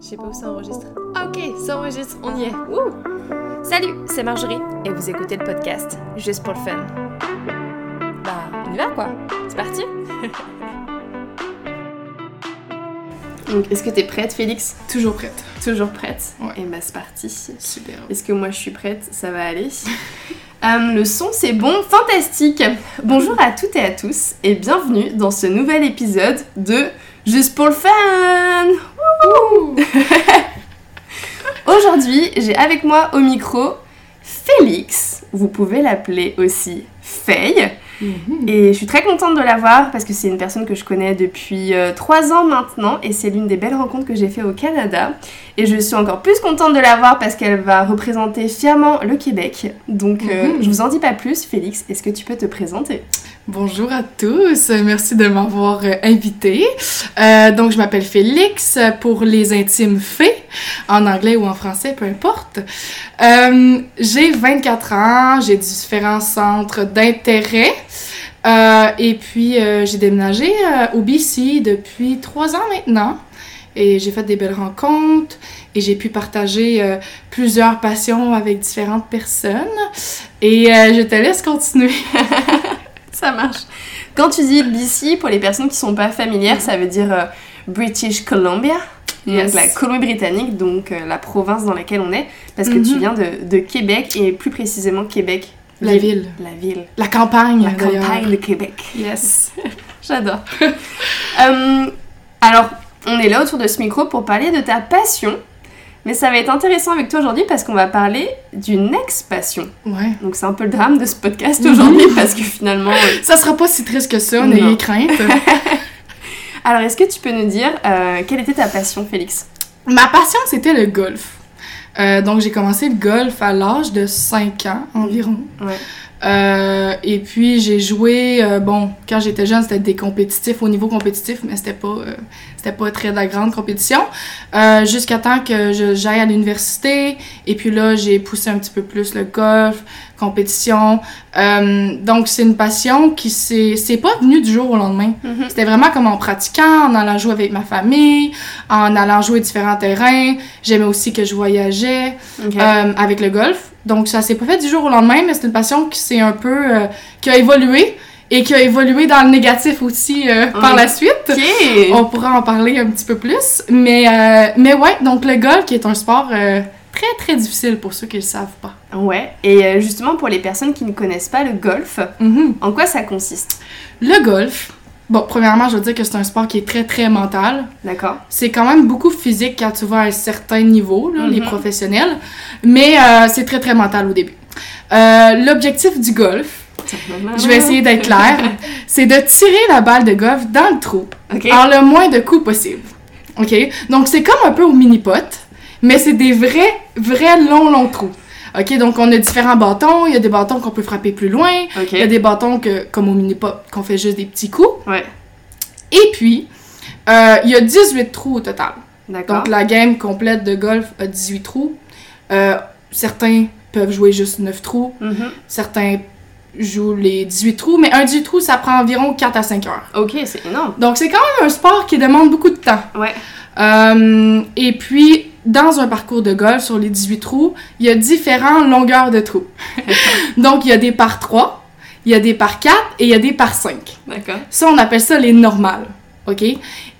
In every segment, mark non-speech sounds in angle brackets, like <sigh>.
Je sais pas où ça enregistre. Ah, ok, ça enregistre, on y est. Wouh Salut, c'est Marjorie et vous écoutez le podcast juste pour le fun. Bah, on y va quoi C'est parti <laughs> Donc, est-ce que t'es prête, Félix Toujours prête. Toujours prête Ouais. Et bah, c'est parti. Super. Est-ce que moi je suis prête Ça va aller. <laughs> Euh, le son c'est bon, fantastique. Bonjour à toutes et à tous et bienvenue dans ce nouvel épisode de Juste pour le fun. Wouhou <laughs> Aujourd'hui j'ai avec moi au micro Félix. Vous pouvez l'appeler aussi Faye. Et je suis très contente de la voir parce que c'est une personne que je connais depuis 3 ans maintenant et c'est l'une des belles rencontres que j'ai fait au Canada. Et je suis encore plus contente de la voir parce qu'elle va représenter fièrement le Québec. Donc euh, Mhm. je vous en dis pas plus. Félix, est-ce que tu peux te présenter Bonjour à tous, merci de m'avoir euh, invitée. Euh, donc, je m'appelle Félix euh, pour les intimes fées, en anglais ou en français, peu importe. Euh, j'ai 24 ans, j'ai différents centres d'intérêt euh, et puis euh, j'ai déménagé euh, au BC depuis trois ans maintenant. Et j'ai fait des belles rencontres et j'ai pu partager euh, plusieurs passions avec différentes personnes. Et euh, je te laisse continuer. <laughs> Ça marche. Quand tu dis BC, pour les personnes qui sont pas familières, ça veut dire euh, British Columbia. Yes. Donc la Colombie-Britannique, donc euh, la province dans laquelle on est, parce que tu Mhm. viens de, de Québec et plus précisément Québec. La ville. La ville. La campagne, La d'ailleurs. campagne de Québec. Yes. J'adore. Euh, alors, on est là autour de ce micro pour parler de ta passion. Mais ça va être intéressant avec toi aujourd'hui parce qu'on va parler d'une ex-passion. Ouais. Donc c'est un peu le drame de ce podcast aujourd'hui <laughs> parce que finalement... euh, Ça sera pas si triste que ça, Non. n'ayez crainte. <laughs> Alors est-ce que tu peux nous dire euh, quelle était ta passion, Félix Ma passion, c'était le golf. Euh, donc, j'ai commencé le golf à l'âge de 5 ans environ. Ouais. Euh, et puis, j'ai joué, euh, bon, quand j'étais jeune, c'était des compétitifs au niveau compétitif, mais c'était pas, euh, c'était pas très de la grande compétition. Euh, Jusqu'à temps que je- j'aille à l'université. Et puis là, j'ai poussé un petit peu plus le golf, compétition. Euh, donc, c'est une passion qui s'est c'est pas venue du jour au lendemain. C'était vraiment comme en pratiquant, en allant jouer avec ma famille, en allant jouer différents terrains. J'aimais aussi que je voyageais Ok. euh, avec le golf. Donc ça s'est pas fait du jour au lendemain, mais c'est une passion qui s'est un peu euh, qui a évolué et qui a évolué dans le négatif aussi euh, par la suite. Ok. On pourra en parler un petit peu plus, mais euh, mais ouais, donc le golf qui est un sport euh, très très difficile pour ceux qui le savent pas. Ouais. Et euh, justement pour les personnes qui ne connaissent pas le golf, en quoi ça consiste Le golf, bon, premièrement, je veux dire que c'est un sport qui est très très mental. D'accord C'est quand même beaucoup physique quand tu vas à un certain niveau, là, les Mhm. professionnels, mais euh, c'est très très mental au début. Euh, L'objectif du golf, je vais essayer d'être Ah. claire, c'est de tirer la balle de golf dans le trou Ok. en le moins de coups possible. OK? Donc c'est comme un peu au mini-pot, mais c'est des vrais, vrais longs, longs trous. OK? Donc on a différents bâtons, il y a des bâtons qu'on peut frapper plus loin, Ok. il y a des bâtons que, comme au mini-pot qu'on fait juste des petits coups, Ouais. et puis euh, il y a 18 trous au total. D'accord. Donc la game complète de golf a 18 trous. Euh, certains peuvent jouer juste 9 trous, Mhm. certains jouent les 18 trous, mais un 18 trous, ça prend environ 4 à 5 heures. Ok, c'est énorme. Donc c'est quand même un sport qui demande beaucoup de temps. Ouais. Euh, et puis, dans un parcours de golf sur les 18 trous, il y a différentes longueurs de trous. <laughs> Donc il y a des par 3, il y a des par 4 et il y a des par 5. D'accord. Ça, on appelle ça les normales. OK?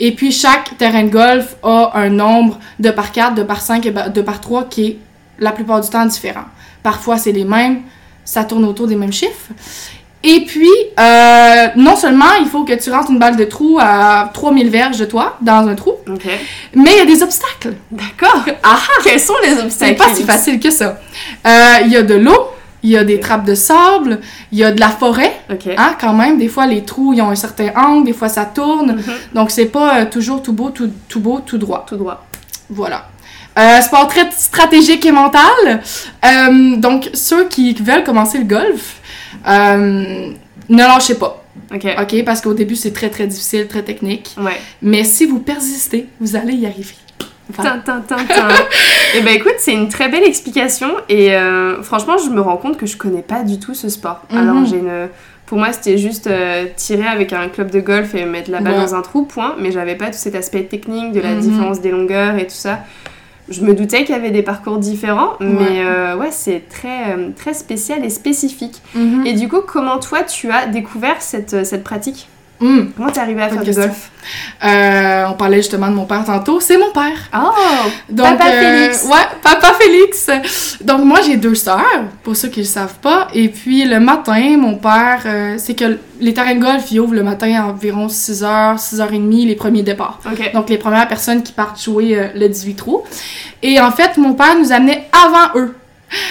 Et puis, chaque terrain de golf a un nombre de par 4, de par 5 et ba- de par 3 qui est la plupart du temps différent. Parfois, c'est les mêmes. Ça tourne autour des mêmes chiffres. Et puis, euh, non seulement il faut que tu rentres une balle de trou à 3000 verges de toi, dans un trou, Ok. mais il y a des obstacles. D'accord. Ah, quels sont les obstacles C'est pas si facile que ça. Euh, Il y a de l'eau, il y a des trappes de sable, il y a de la forêt. Ok. Hein, quand même, des fois, les trous, ils ont un certain angle, des fois, ça tourne. Mhm. Donc, c'est pas euh, toujours tout beau, tout, tout beau, tout droit. Tout droit. Voilà. Euh, sport très stratégique et mental. Euh, donc, ceux qui veulent commencer le golf, euh, ne lâchez pas, Ok. OK? Parce qu'au début, c'est très, très difficile, très technique. Ouais. Mais si vous persistez, vous allez y arriver. Voilà. Tin, tin, tin, tin. <laughs> Eh ben écoute, c'est une très belle explication et euh, franchement, je me rends compte que je connais pas du tout ce sport. Alors Mhm. j'ai une Pour moi, c'était juste euh, tirer avec un club de golf et mettre la balle Ouais. dans un trou, point. Mais j'avais pas tout cet aspect technique de la Mhm. différence des longueurs et tout ça. Je me doutais qu'il y avait des parcours différents, mais euh, ouais, c'est très, euh, très spécial et spécifique. Mhm. Et du coup, comment toi, tu as découvert cette, euh, cette pratique Mm. Comment t'es arrivée à Bonne faire question. du golf Euh, on parlait justement de mon père tantôt. C'est mon père. Oh Donc, Papa euh, Félix. Ouais, papa Félix. Donc, moi, j'ai deux sœurs, pour ceux qui le savent pas. Et puis, le matin, mon père, euh, c'est que les terrains de golf, ils ouvrent le matin à environ 6h, 6h30, les premiers départs. Ok. Donc, les premières personnes qui partent jouer euh, le 18 trous. Et en fait, mon père nous amenait avant eux.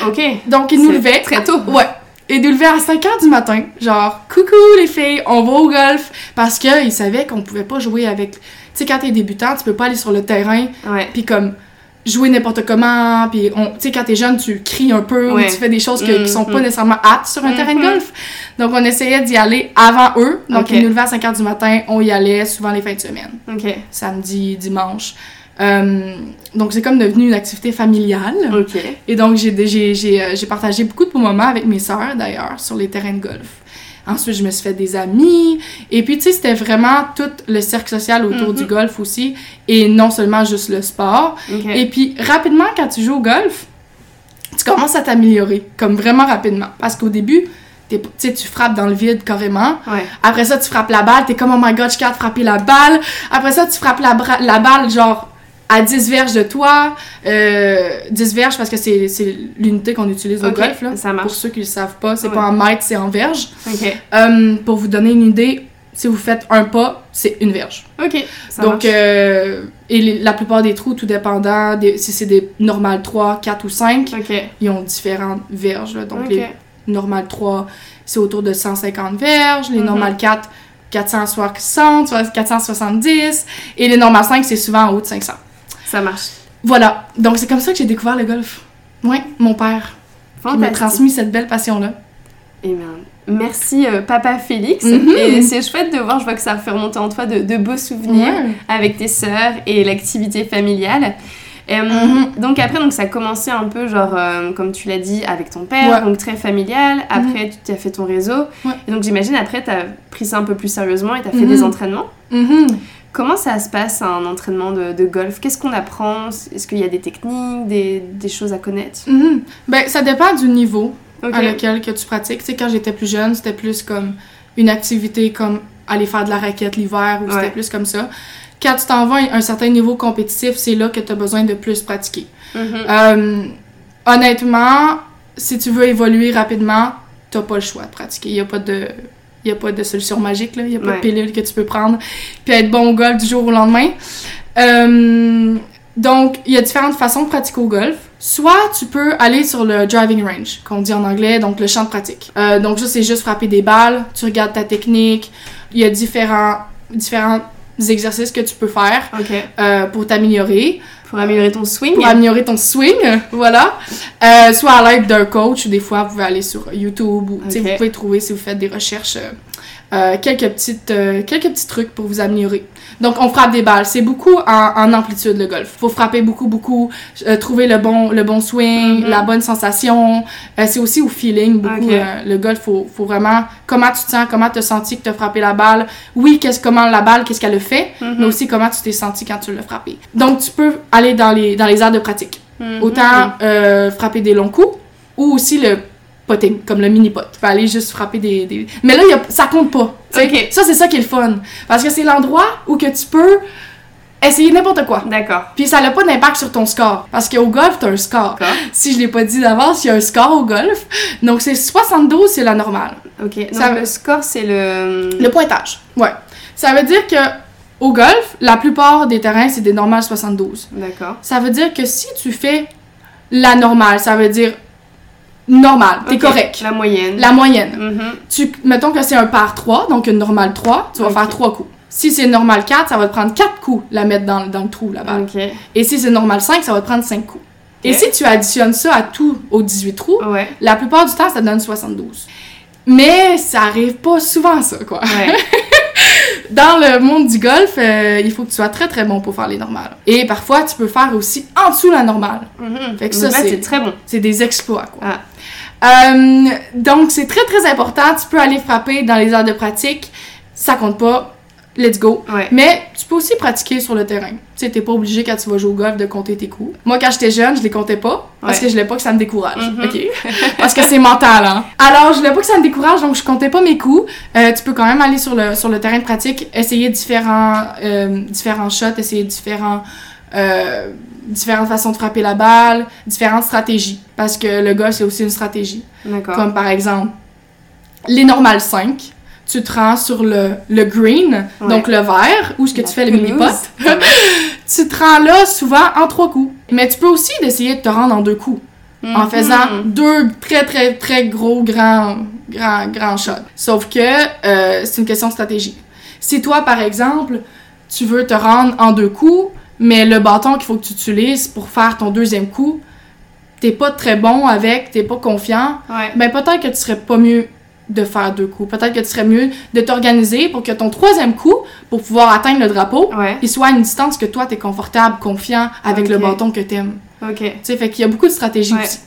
Ok. Donc, il nous C'est levait. très tôt. Ouais. Et nous levait à 5 h du matin. Genre, coucou les filles, on va au golf. Parce qu'il savait qu'on pouvait pas jouer avec. Tu sais, quand t'es débutant, tu peux pas aller sur le terrain Ouais. puis comme jouer n'importe comment, puis on, tu sais, quand t'es jeune, tu cries un peu, Ouais. ou tu fais des choses que- qui sont pas Mhm. nécessairement aptes sur un terrain de Mhm. golf. Donc, on essayait d'y aller avant eux. Donc, Ok. ils nous levaient à 5 heures du matin, on y allait souvent les fins de semaine, Ok. samedi, dimanche. Euh, donc, c'est comme devenu une activité familiale. Ok. Et donc, j'ai dé- j'ai- j'ai, euh, j'ai partagé beaucoup de bons moments avec mes sœurs, d'ailleurs, sur les terrains de golf. Ensuite, je me suis fait des amis. Et puis, tu sais, c'était vraiment tout le cercle social autour Mhm. du golf aussi. Et non seulement juste le sport. Ok. Et puis, rapidement, quand tu joues au golf, tu commences à t'améliorer, comme vraiment rapidement. Parce qu'au début, t'es- tu sais, tu frappes dans le vide carrément. Ouais. Après ça, tu frappes la balle, t'es comme, oh my god, je capable de frapper la balle. Après ça, tu frappes la, bra- la balle, genre, à 10 verges de toi. Euh, 10 verges, parce que c'est c'est l'unité qu'on utilise au Ok, golf, là. ça Pour marche. Ah ceux qui le savent pas, c'est Ouais. pas en mètres, c'est en verges. Ok. Euh, pour vous donner une idée, si vous faites un pas, c'est une verge. Ok. Ça Donc, marche. euh, et les- la plupart des trous, tout dépendant des- si c'est des normales 3, 4 ou 5, Ok. ils ont différentes verges. là. Donc, Ok. les normales 3, c'est autour de 150 verges. Les Mhm. normales 4, 460, tu vois, 470. Et les normales 5, c'est souvent en haut de 500. Ça marche. Voilà. Donc, c'est comme ça que j'ai découvert le golf. Oui, mon père. qui m'a Fantastique. transmis cette belle passion-là. Eh bien, merci euh, Papa Félix. Mhm. Et c'est chouette de voir, je vois que ça fait remonter en toi de, de beaux souvenirs avec tes sœurs et l'activité familiale. Euh, Mhm. Donc après, donc ça a commencé un peu, genre, euh, comme tu l'as dit, avec ton père, Ouais. Mhm. donc très familial. Après, tu as fait ton réseau. Ouais. Et donc j'imagine, après, tu as pris ça un peu plus sérieusement et tu as fait Mhm. des entraînements. Mhm. Comment ça se passe un entraînement de, de golf Qu'est-ce qu'on apprend Est-ce qu'il y a des techniques, des, des choses à connaître Mhm. Ben, ça dépend du niveau. Ok. à lequel que tu pratiques. Tu sais, quand j'étais plus jeune, c'était plus comme une activité comme aller faire de la raquette l'hiver ou c'était Ouais. plus comme ça. Quand tu t'en vas à un certain niveau compétitif, c'est là que tu as besoin de plus pratiquer. Mhm. Euh, honnêtement, si tu veux évoluer rapidement, t'as pas le choix de pratiquer. Il n'y a pas de... Il a pas de solution magique, là. Il n'y a pas de Ouais. pilule que tu peux prendre puis être bon au golf du jour au lendemain. Euh, donc, il y a différentes façons de pratiquer au golf. Soit tu peux aller sur le driving range, qu'on dit en anglais, donc le champ de pratique. Euh, donc, ça, c'est juste frapper des balles, tu regardes ta technique. Il y a différents, différents exercices que tu peux faire Ok. euh, pour t'améliorer Pour améliorer ton swing pour améliorer ton swing, voilà. Euh, soit à l'aide d'un coach, ou des fois, vous pouvez aller sur YouTube, ou tu sais, Ok. vous pouvez trouver, si vous faites des recherches, euh, euh, quelques, petites, euh, quelques petits trucs pour vous améliorer. Donc, on frappe des balles. C'est beaucoup en, en amplitude, le golf. faut frapper beaucoup, beaucoup, euh, trouver le bon, le bon swing, Mhm. la bonne sensation. Euh, C'est aussi au feeling, beaucoup. Ok. euh, le golf, faut, faut vraiment... Comment tu te sens, comment tu as senti que tu as frappé la balle. Oui, qu'est-ce comment la balle, qu'est-ce qu'elle a fait Mhm. mais aussi comment tu t'es senti quand tu l'as frappé. Donc, tu peux aller dans les, dans les aires de pratique. Mhm. Autant euh, frapper des longs coups ou aussi le potting, comme le mini-pot. Tu peux aller juste frapper des... des- Mais là, il y a- ça compte pas. tu sais. Ok. Ça, c'est ça qui est le fun. Parce que c'est l'endroit où que tu peux essayer n'importe quoi. D'accord. Puis ça n'a pas d'impact sur ton score. Parce qu'au golf, t'as un score. D'accord. Si je l'ai pas dit d'avance, il y a un score au golf. Donc c'est 72, c'est la normale. Ok. Donc Ça- le score, c'est le... Le pointage. Ouais. Ça veut dire que au golf, la plupart des terrains, c'est des normales 72. D'accord. Ça veut dire que si tu fais la normale, ça veut dire normal, t'es Ok. correct. La moyenne. La moyenne. Mhm. Tu, mettons que c'est un par 3, donc une normale 3, tu vas Ok. faire 3 coups. Si c'est une normale 4, ça va te prendre 4 coups la mettre dans, dans le trou, la balle. Ok. Et si c'est normale 5, ça va te prendre 5 coups. Et Ok. si tu additionnes ça à tout au 18 trous, Ouais. la plupart du temps, ça donne 72. Mais ça arrive pas souvent, ça, quoi. Ouais. <laughs> Dans le monde du golf, euh, il faut que tu sois très très bon pour faire les normales. Et parfois, tu peux faire aussi en dessous la normale. Mhm. Fait que ça, Donc là, c'est- c'est très bon. C'est des exploits, quoi. Euh, donc, c'est très, très important. Tu peux aller frapper dans les heures de pratique. Ça compte pas. Let's go. Ouais. Mais tu peux aussi pratiquer sur le terrain. Tu sais, t'es pas obligé quand tu vas jouer au golf de compter tes coups. Moi, quand j'étais jeune, je les comptais pas parce Ouais. que je voulais pas que ça me décourage. Mhm. OK? <laughs> Parce que c'est mental, hein. Alors, je voulais pas que ça me décourage, donc je comptais pas mes coups. Euh, tu peux quand même aller sur le, sur le terrain de pratique, essayer différents, euh, différents shots, essayer différents, euh, différentes façons de frapper la balle, différentes stratégies. Parce que le golf, c'est aussi une stratégie. D'accord. Comme par exemple, les normales 5, tu te rends sur le, le green, Ouais. donc le vert, où ce que tu fais le pelouse. mini-pot. tu te rends là souvent en trois coups. Mais tu peux aussi essayer de te rendre en deux coups, en Mhm. faisant deux très très très gros grands grands grands shots. Sauf que euh, c'est une question de stratégie. Si toi par exemple, tu veux te rendre en deux coups, mais le bâton qu'il faut que tu utilises pour faire ton deuxième coup, t'es pas très bon avec, t'es pas confiant, Ouais. ben peut-être que tu serais pas mieux de faire deux coups. Peut-être que tu serais mieux de t'organiser pour que ton troisième coup, pour pouvoir atteindre le drapeau, Ouais. il soit à une distance que toi, t'es confortable, confiant avec le Ok. bâton que t'aimes. Ok. Tu sais, fait qu'il y a beaucoup de stratégies Ouais. aussi.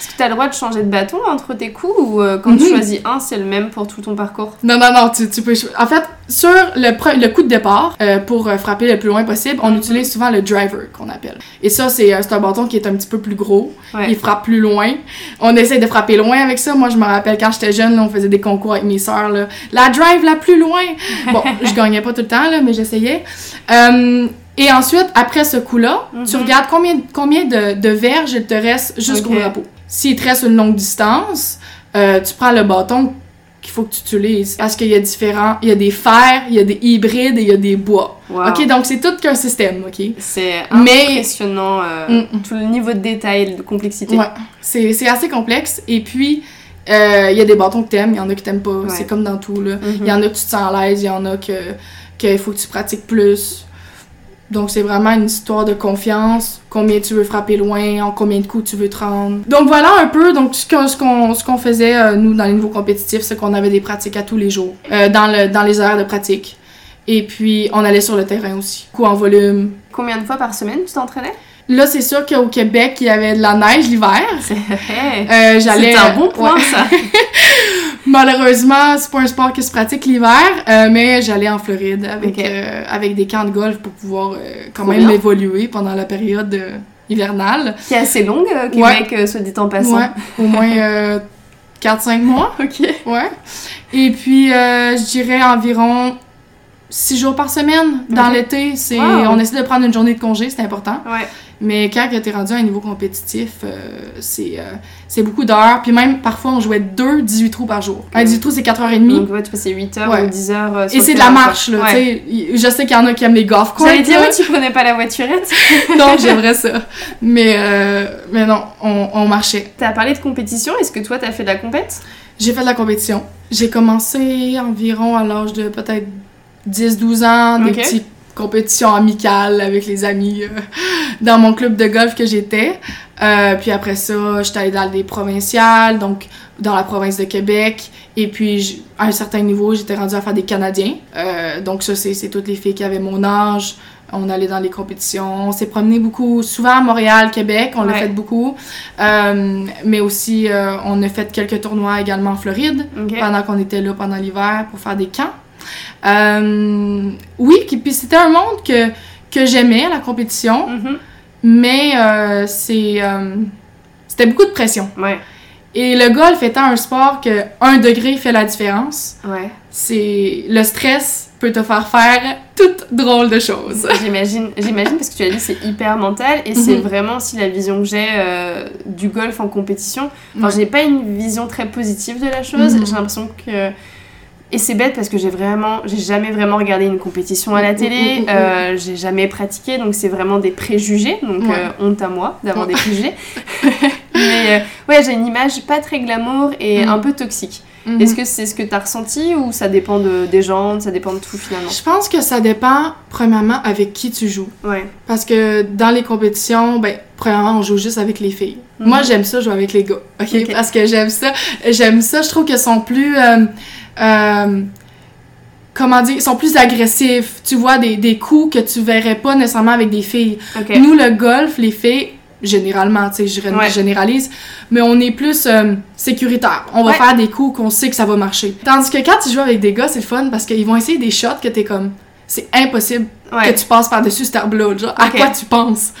Est-ce que t'as le droit de changer de bâton entre tes coups ou euh, quand tu Mhm. choisis un, c'est le même pour tout ton parcours Non, non, non, tu, tu peux... cho- En fait, sur le, pre- le coup de départ, euh, pour euh, frapper le plus loin possible, on utilise souvent le driver, qu'on appelle. Et ça, c'est euh, c'est un bâton qui est un petit peu plus gros, Ouais. il frappe plus loin. On essaie de frapper loin avec ça. Moi, je me rappelle quand j'étais jeune, là, on faisait des concours avec mes sœurs. là. La drive la plus loin. Bon, je gagnais pas tout le temps, là, mais j'essayais. Euh, et ensuite, après ce coup-là, tu Mhm. regardes combien, combien de, de verges il te reste jusqu'au Ok. drapeau. S'il te reste une longue distance, euh, tu prends le bâton qu'il faut que tu utilises. Parce qu'il y a différents... Il y a des fers, il y a des hybrides et il y a des bois. Wow. OK, donc c'est tout qu'un système, OK? C'est Mais- impressionnant euh, Mm-mm. tout le niveau de détail et de complexité. Ouais, c'est c'est assez complexe. Et puis, euh, il y a des bâtons que t'aimes, il y en a que t'aimes pas. Ouais. C'est comme dans tout, là. Mhm. Il y en a que tu te sens à l'aise, il y en a que qu'il faut que tu pratiques plus. Donc, c'est vraiment une histoire de confiance. Combien tu veux frapper loin, en combien de coups tu veux te rendre. Donc, voilà un peu donc, ce qu'on ce qu'on- ce qu'on faisait, euh, nous, dans les niveaux compétitifs, c'est qu'on avait des pratiques à tous les jours, euh, dans, le, dans les heures de pratique. Et puis, on allait sur le terrain aussi. Coup en volume. Combien de fois par semaine tu t'entraînais Là, c'est sûr qu'au Québec, il y avait de la neige l'hiver. C'est hey, Euh, j'allais- c'est un bon ouais. point <laughs> ça. Malheureusement, c'est pas un sport qui se pratique l'hiver, euh, mais j'allais en Floride avec, Ok. euh, avec des camps de golf pour pouvoir euh, quand Trop même bien. évoluer pendant la période euh, hivernale. Qui est assez longue, euh, Québec, euh, soit dit en passant. Ouais, au moins euh, 4-5 mois, Ok. ouais. Et puis, euh, je dirais environ 6 jours par semaine dans Ok. l'été. C'est, Wow. On essaie de prendre une journée de congé, c'est important. Ouais. Mais quand tu es rendu à un niveau compétitif, euh, c'est, euh, c'est beaucoup d'heures. Puis même, parfois, on jouait 2 18 trous par jour. Un Ok. 18 trous, c'est 4h30. Donc ouais, tu passais 8 heures Ouais. ou 10 heures. euh, sur Et le c'est de la terrain, marche, quoi. là, Ouais. tu sais. Je sais qu'il y en a qui aiment les golf courts. J'allais dire, là. ouais, tu prenais pas la voiturette. <laughs> Non, j'aimerais ça. Mais, euh, mais non, on, on marchait. T'as parlé de compétition, est-ce que toi t'as fait de la compète J'ai fait de la compétition. J'ai commencé environ à l'âge de peut-être 10-12 ans, des Ok. petites compétitions amicales avec les amis euh, dans mon club de golf que j'étais. Euh, puis après ça, j'étais allée dans des provinciales, donc dans la province de Québec. Et puis, j- à un certain niveau, j'étais rendue à faire des Canadiens. Euh, donc ça, c'est c'est toutes les filles qui avaient mon âge. On allait dans les compétitions. On s'est promené beaucoup, souvent à Montréal, Québec. On l'a Ouais. fait beaucoup. Euh, mais aussi, euh, on a fait quelques tournois également en Floride Ok. pendant qu'on était là pendant l'hiver pour faire des camps. Euh, oui, qui- puis c'était un monde que, que j'aimais, la compétition, Mhm. mais euh, c'est, euh, c'était beaucoup de pression. Ouais, Et le golf étant un sport que un degré fait la différence, ouais. c'est le stress peut te faire faire toutes drôles de choses. <laughs> J'imagine, j'imagine parce que tu as dit c'est hyper mental et c'est Mhm. vraiment aussi la vision que j'ai euh, du golf en compétition. Enfin, Ouais. j'ai pas une vision très positive de la chose. Mhm. J'ai l'impression que et c'est bête parce que j'ai vraiment, j'ai jamais vraiment regardé une compétition à la Mhm, télé. mhm, euh, j'ai jamais pratiqué, donc c'est vraiment des préjugés. Donc Ouais. euh, honte à moi d'avoir des <laughs> préjugés. Mais euh, ouais, j'ai une image pas très glamour et Mhm. un peu toxique. Est-ce que c'est ce que t'as ressenti ou ça dépend de, des gens, ça dépend de tout finalement Je pense que ça dépend, premièrement, avec qui tu joues. Ouais. Parce que dans les compétitions, ben, premièrement, on joue juste avec les filles. Mhm. Moi, j'aime ça jouer avec les gars. OK? Ok. Parce que j'aime ça. J'aime ça. Je trouve qu'ils sont plus. euh, euh, comment dire? Ils sont plus agressifs. Tu vois des, des coups que tu verrais pas nécessairement avec des filles. Ok. Nous, le golf, les filles, généralement, tu sais, je Ouais. généralise, mais on est plus euh, sécuritaire. On va Ouais. faire des coups qu'on sait que ça va marcher. Tandis que quand tu joues avec des gars, c'est le fun parce qu'ils vont essayer des shots que t'es comme, c'est impossible Ouais. que tu passes par-dessus cet arbre-là, genre, à Ok. quoi tu penses?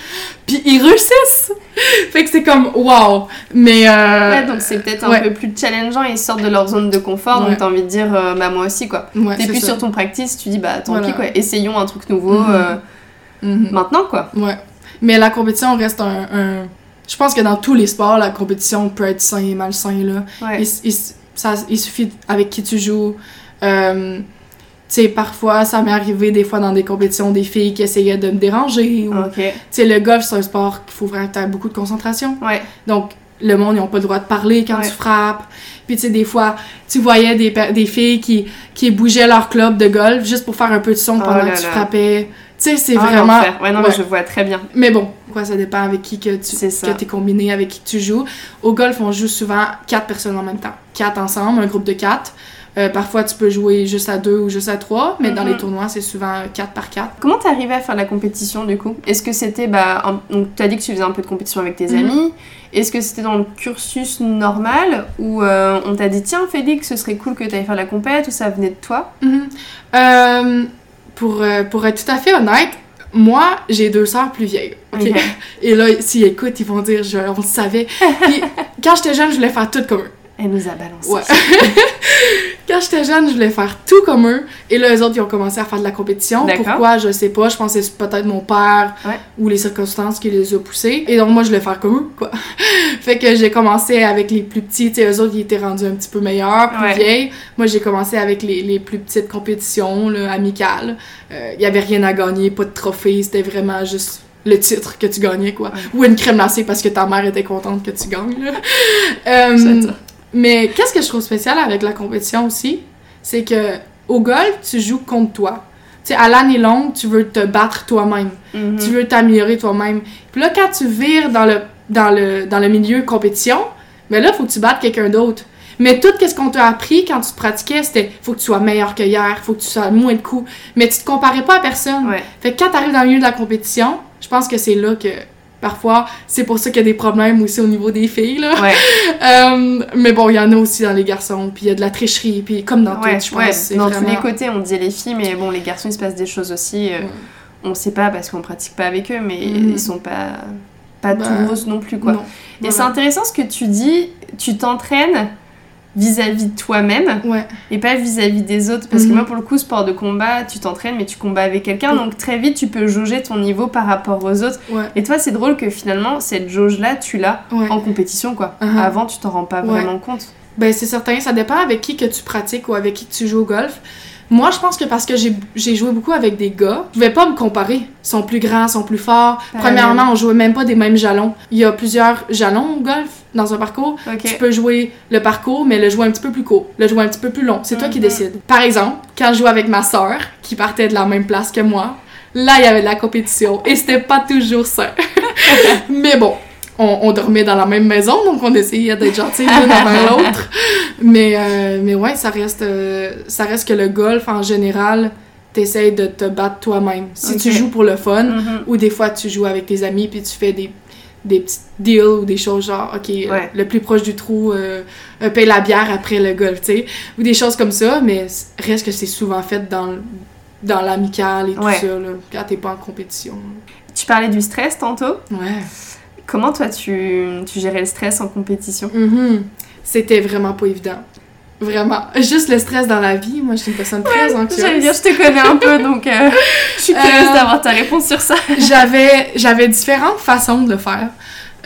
Puis ils réussissent! <laughs> fait que c'est comme, wow! Mais, euh, Ouais, donc c'est peut-être un ouais. peu plus challengeant, ils sortent de leur zone de confort, Ouais. donc t'as envie de dire, euh, bah moi aussi quoi. ouais, T'es c'est plus ça. sur ton practice, tu dis, bah tant Voilà. pis quoi, essayons un truc nouveau Mhm. euh, Mhm. maintenant quoi. Ouais. Mais la compétition reste un, un- Je pense que dans tous les sports, la compétition peut être sain et malsain, là. Ouais. Il, s- il s- ça, il suffit avec qui tu joues. Euh, tu sais, parfois, ça m'est arrivé des fois dans des compétitions, des filles qui essayaient de me déranger. Ou... Ok, Tu sais, le golf, c'est un sport qu'il faut vraiment que t'aies beaucoup de concentration. ouais. Donc, le monde, ils n'ont pas le droit de parler quand Ouais. tu frappes. Puis, tu sais, des fois, tu voyais des, pe- des filles qui, qui bougeaient leur club de golf juste pour faire un peu de son Oh pendant là que tu là. frappais. Tu sais, c'est Ah, vraiment... l'enfer. Ouais, non, ouais. mais je vois très bien. Mais bon, quoi, ça dépend avec qui que tu C'est ça. que es combiné, avec qui que tu joues. Au golf, on joue souvent quatre personnes en même temps. Quatre ensemble, un groupe de quatre. Euh, parfois, tu peux jouer juste à deux ou juste à trois, mais dans Mhm. les tournois, c'est souvent euh, quatre par quatre. Comment t'es arrivée à faire la compétition du coup Est-ce que c'était bah un- donc t'as dit que tu faisais un peu de compétition avec tes Mhm. amis Est-ce que c'était dans le cursus normal ou euh, on t'a dit tiens Félix ce serait cool que t'ailles faire la compète ou ça venait de toi Mhm. Euh, pour, euh, pour être tout à fait honnête, moi, j'ai deux sœurs plus vieilles. ok? Ok. Et là, s'ils écoutent, ils vont dire, je, on <laughs> le savait. Puis, quand j'étais jeune, je voulais faire tout comme eux. Elle nous a balancé. Ouais. <laughs> Quand j'étais jeune, je voulais faire tout comme eux. Et là, eux autres, ils ont commencé à faire de la compétition. D'accord. Pourquoi, je sais pas. Je pense que c'est peut-être mon père Ouais. ou les circonstances qui les ont poussés. Et donc, moi, je voulais faire comme eux, quoi. <laughs> fait que j'ai commencé avec les plus petits. Tu sais, eux autres, ils étaient rendus un petit peu meilleurs, plus Ouais. vieilles. Moi, j'ai commencé avec les, les plus petites compétitions, là, amicales. Euh, Il y avait rien à gagner, pas de trophée. C'était vraiment juste le titre que tu gagnais, quoi. Ou une crème glacée parce que ta mère était contente que tu gagnes, là. <laughs> Euh, J'adore. mais qu'est-ce que je trouve spécial avec la compétition aussi, c'est que au golf, tu joues contre toi. Tu sais, à l'année longue, tu veux te battre toi-même. Mhm. Tu veux t'améliorer toi-même. Puis là, quand tu vires dans le, dans le, dans le milieu compétition, mais là, faut que tu battes quelqu'un d'autre. Mais tout ce qu'on t'a appris quand tu te pratiquais, c'était faut que tu sois meilleur que hier, faut que tu sois moins de coups. Mais tu te comparais pas à personne. Ouais. Fait que quand t'arrives dans le milieu de la compétition, je pense que c'est là que parfois, c'est pour ça qu'il y a des problèmes aussi au niveau des filles. Là. Ouais. <laughs> Euh, mais bon, il y en a aussi dans les garçons, puis il y a de la tricherie, puis comme dans ouais, tout, je pense. ouais. c'est Dans tous vraiment- les côtés, on disait les filles, mais bon, les garçons, il se passe des choses aussi. euh, Ouais. On sait pas parce qu'on pratique pas avec eux, mais Mhm. ils sont pas, pas Bah, tout grosses non plus, quoi. Non. Et c'est Voilà. intéressant ce que tu dis, tu t'entraînes vis-à-vis de toi-même Ouais. et pas vis-à-vis des autres. Parce que Mhm. moi, pour le coup, sport de combat, tu t'entraînes, mais tu combats avec quelqu'un. Mm. Donc très vite, tu peux jauger ton niveau par rapport aux autres. Ouais. Et toi, c'est drôle que finalement, cette jauge-là, tu l'as Ouais. en compétition, quoi. Uh-huh. Avant, tu t'en rends pas Ouais. vraiment compte. Ben, c'est certain, ça dépend avec qui que tu pratiques ou avec qui que tu joues au golf. Moi, je pense que parce que j'ai j'ai joué beaucoup avec des gars, je vais pas me comparer. Ils sont plus grands, ils sont plus forts. Pas la Premièrement, on jouait même pas des mêmes jalons. Il y a plusieurs jalons au golf dans un parcours. Ok. Tu peux jouer le parcours, mais le jouer un petit peu plus court, le jouer un petit peu plus long. C'est toi qui Mhm. décides. Par exemple, quand je jouais avec ma sœur, qui partait de la même place que moi, là, il y avait de la compétition et c'était pas <laughs> toujours ça. mais bon, on, on dormait dans la même maison, donc on essayait d'être <laughs> gentils l'une envers l'autre. Mais, euh, mais ouais, ça reste, euh, ça reste que le golf, en général, t'essayes de te battre toi-même. Si tu Ok. joues pour le fun, Mhm. ou des fois, tu joues avec tes amis puis tu fais des, des petits deals ou des choses genre, OK, euh, Ouais. le plus proche du trou, euh, euh, paye la bière après le golf, tu sais. Ou des choses comme ça, mais c- reste que c'est souvent fait dans, le- dans l'amical et Ouais. tout ça, là, quand t'es pas en compétition. Tu parlais du stress tantôt. Ouais. Comment toi, tu, tu gérais le stress en compétition Mhm. C'était vraiment pas évident. Vraiment. Juste le stress dans la vie. Moi, je suis une personne très anxieuse. J'allais dire, je te connais un peu, donc <laughs> euh, je suis curieuse Euh, d'avoir ta réponse sur ça. <laughs> j'avais j'avais différentes façons de le faire.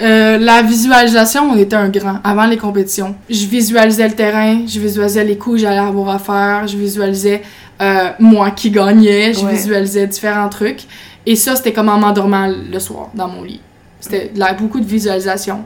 Euh, la visualisation, on était un grand avant les compétitions. Je visualisais le terrain, je visualisais les coups que j'allais avoir à faire, je visualisais euh, moi qui gagnais, je Ouais. visualisais différents trucs. Et ça, c'était comme en m'endormant le soir dans mon lit. C'était là, beaucoup de visualisation.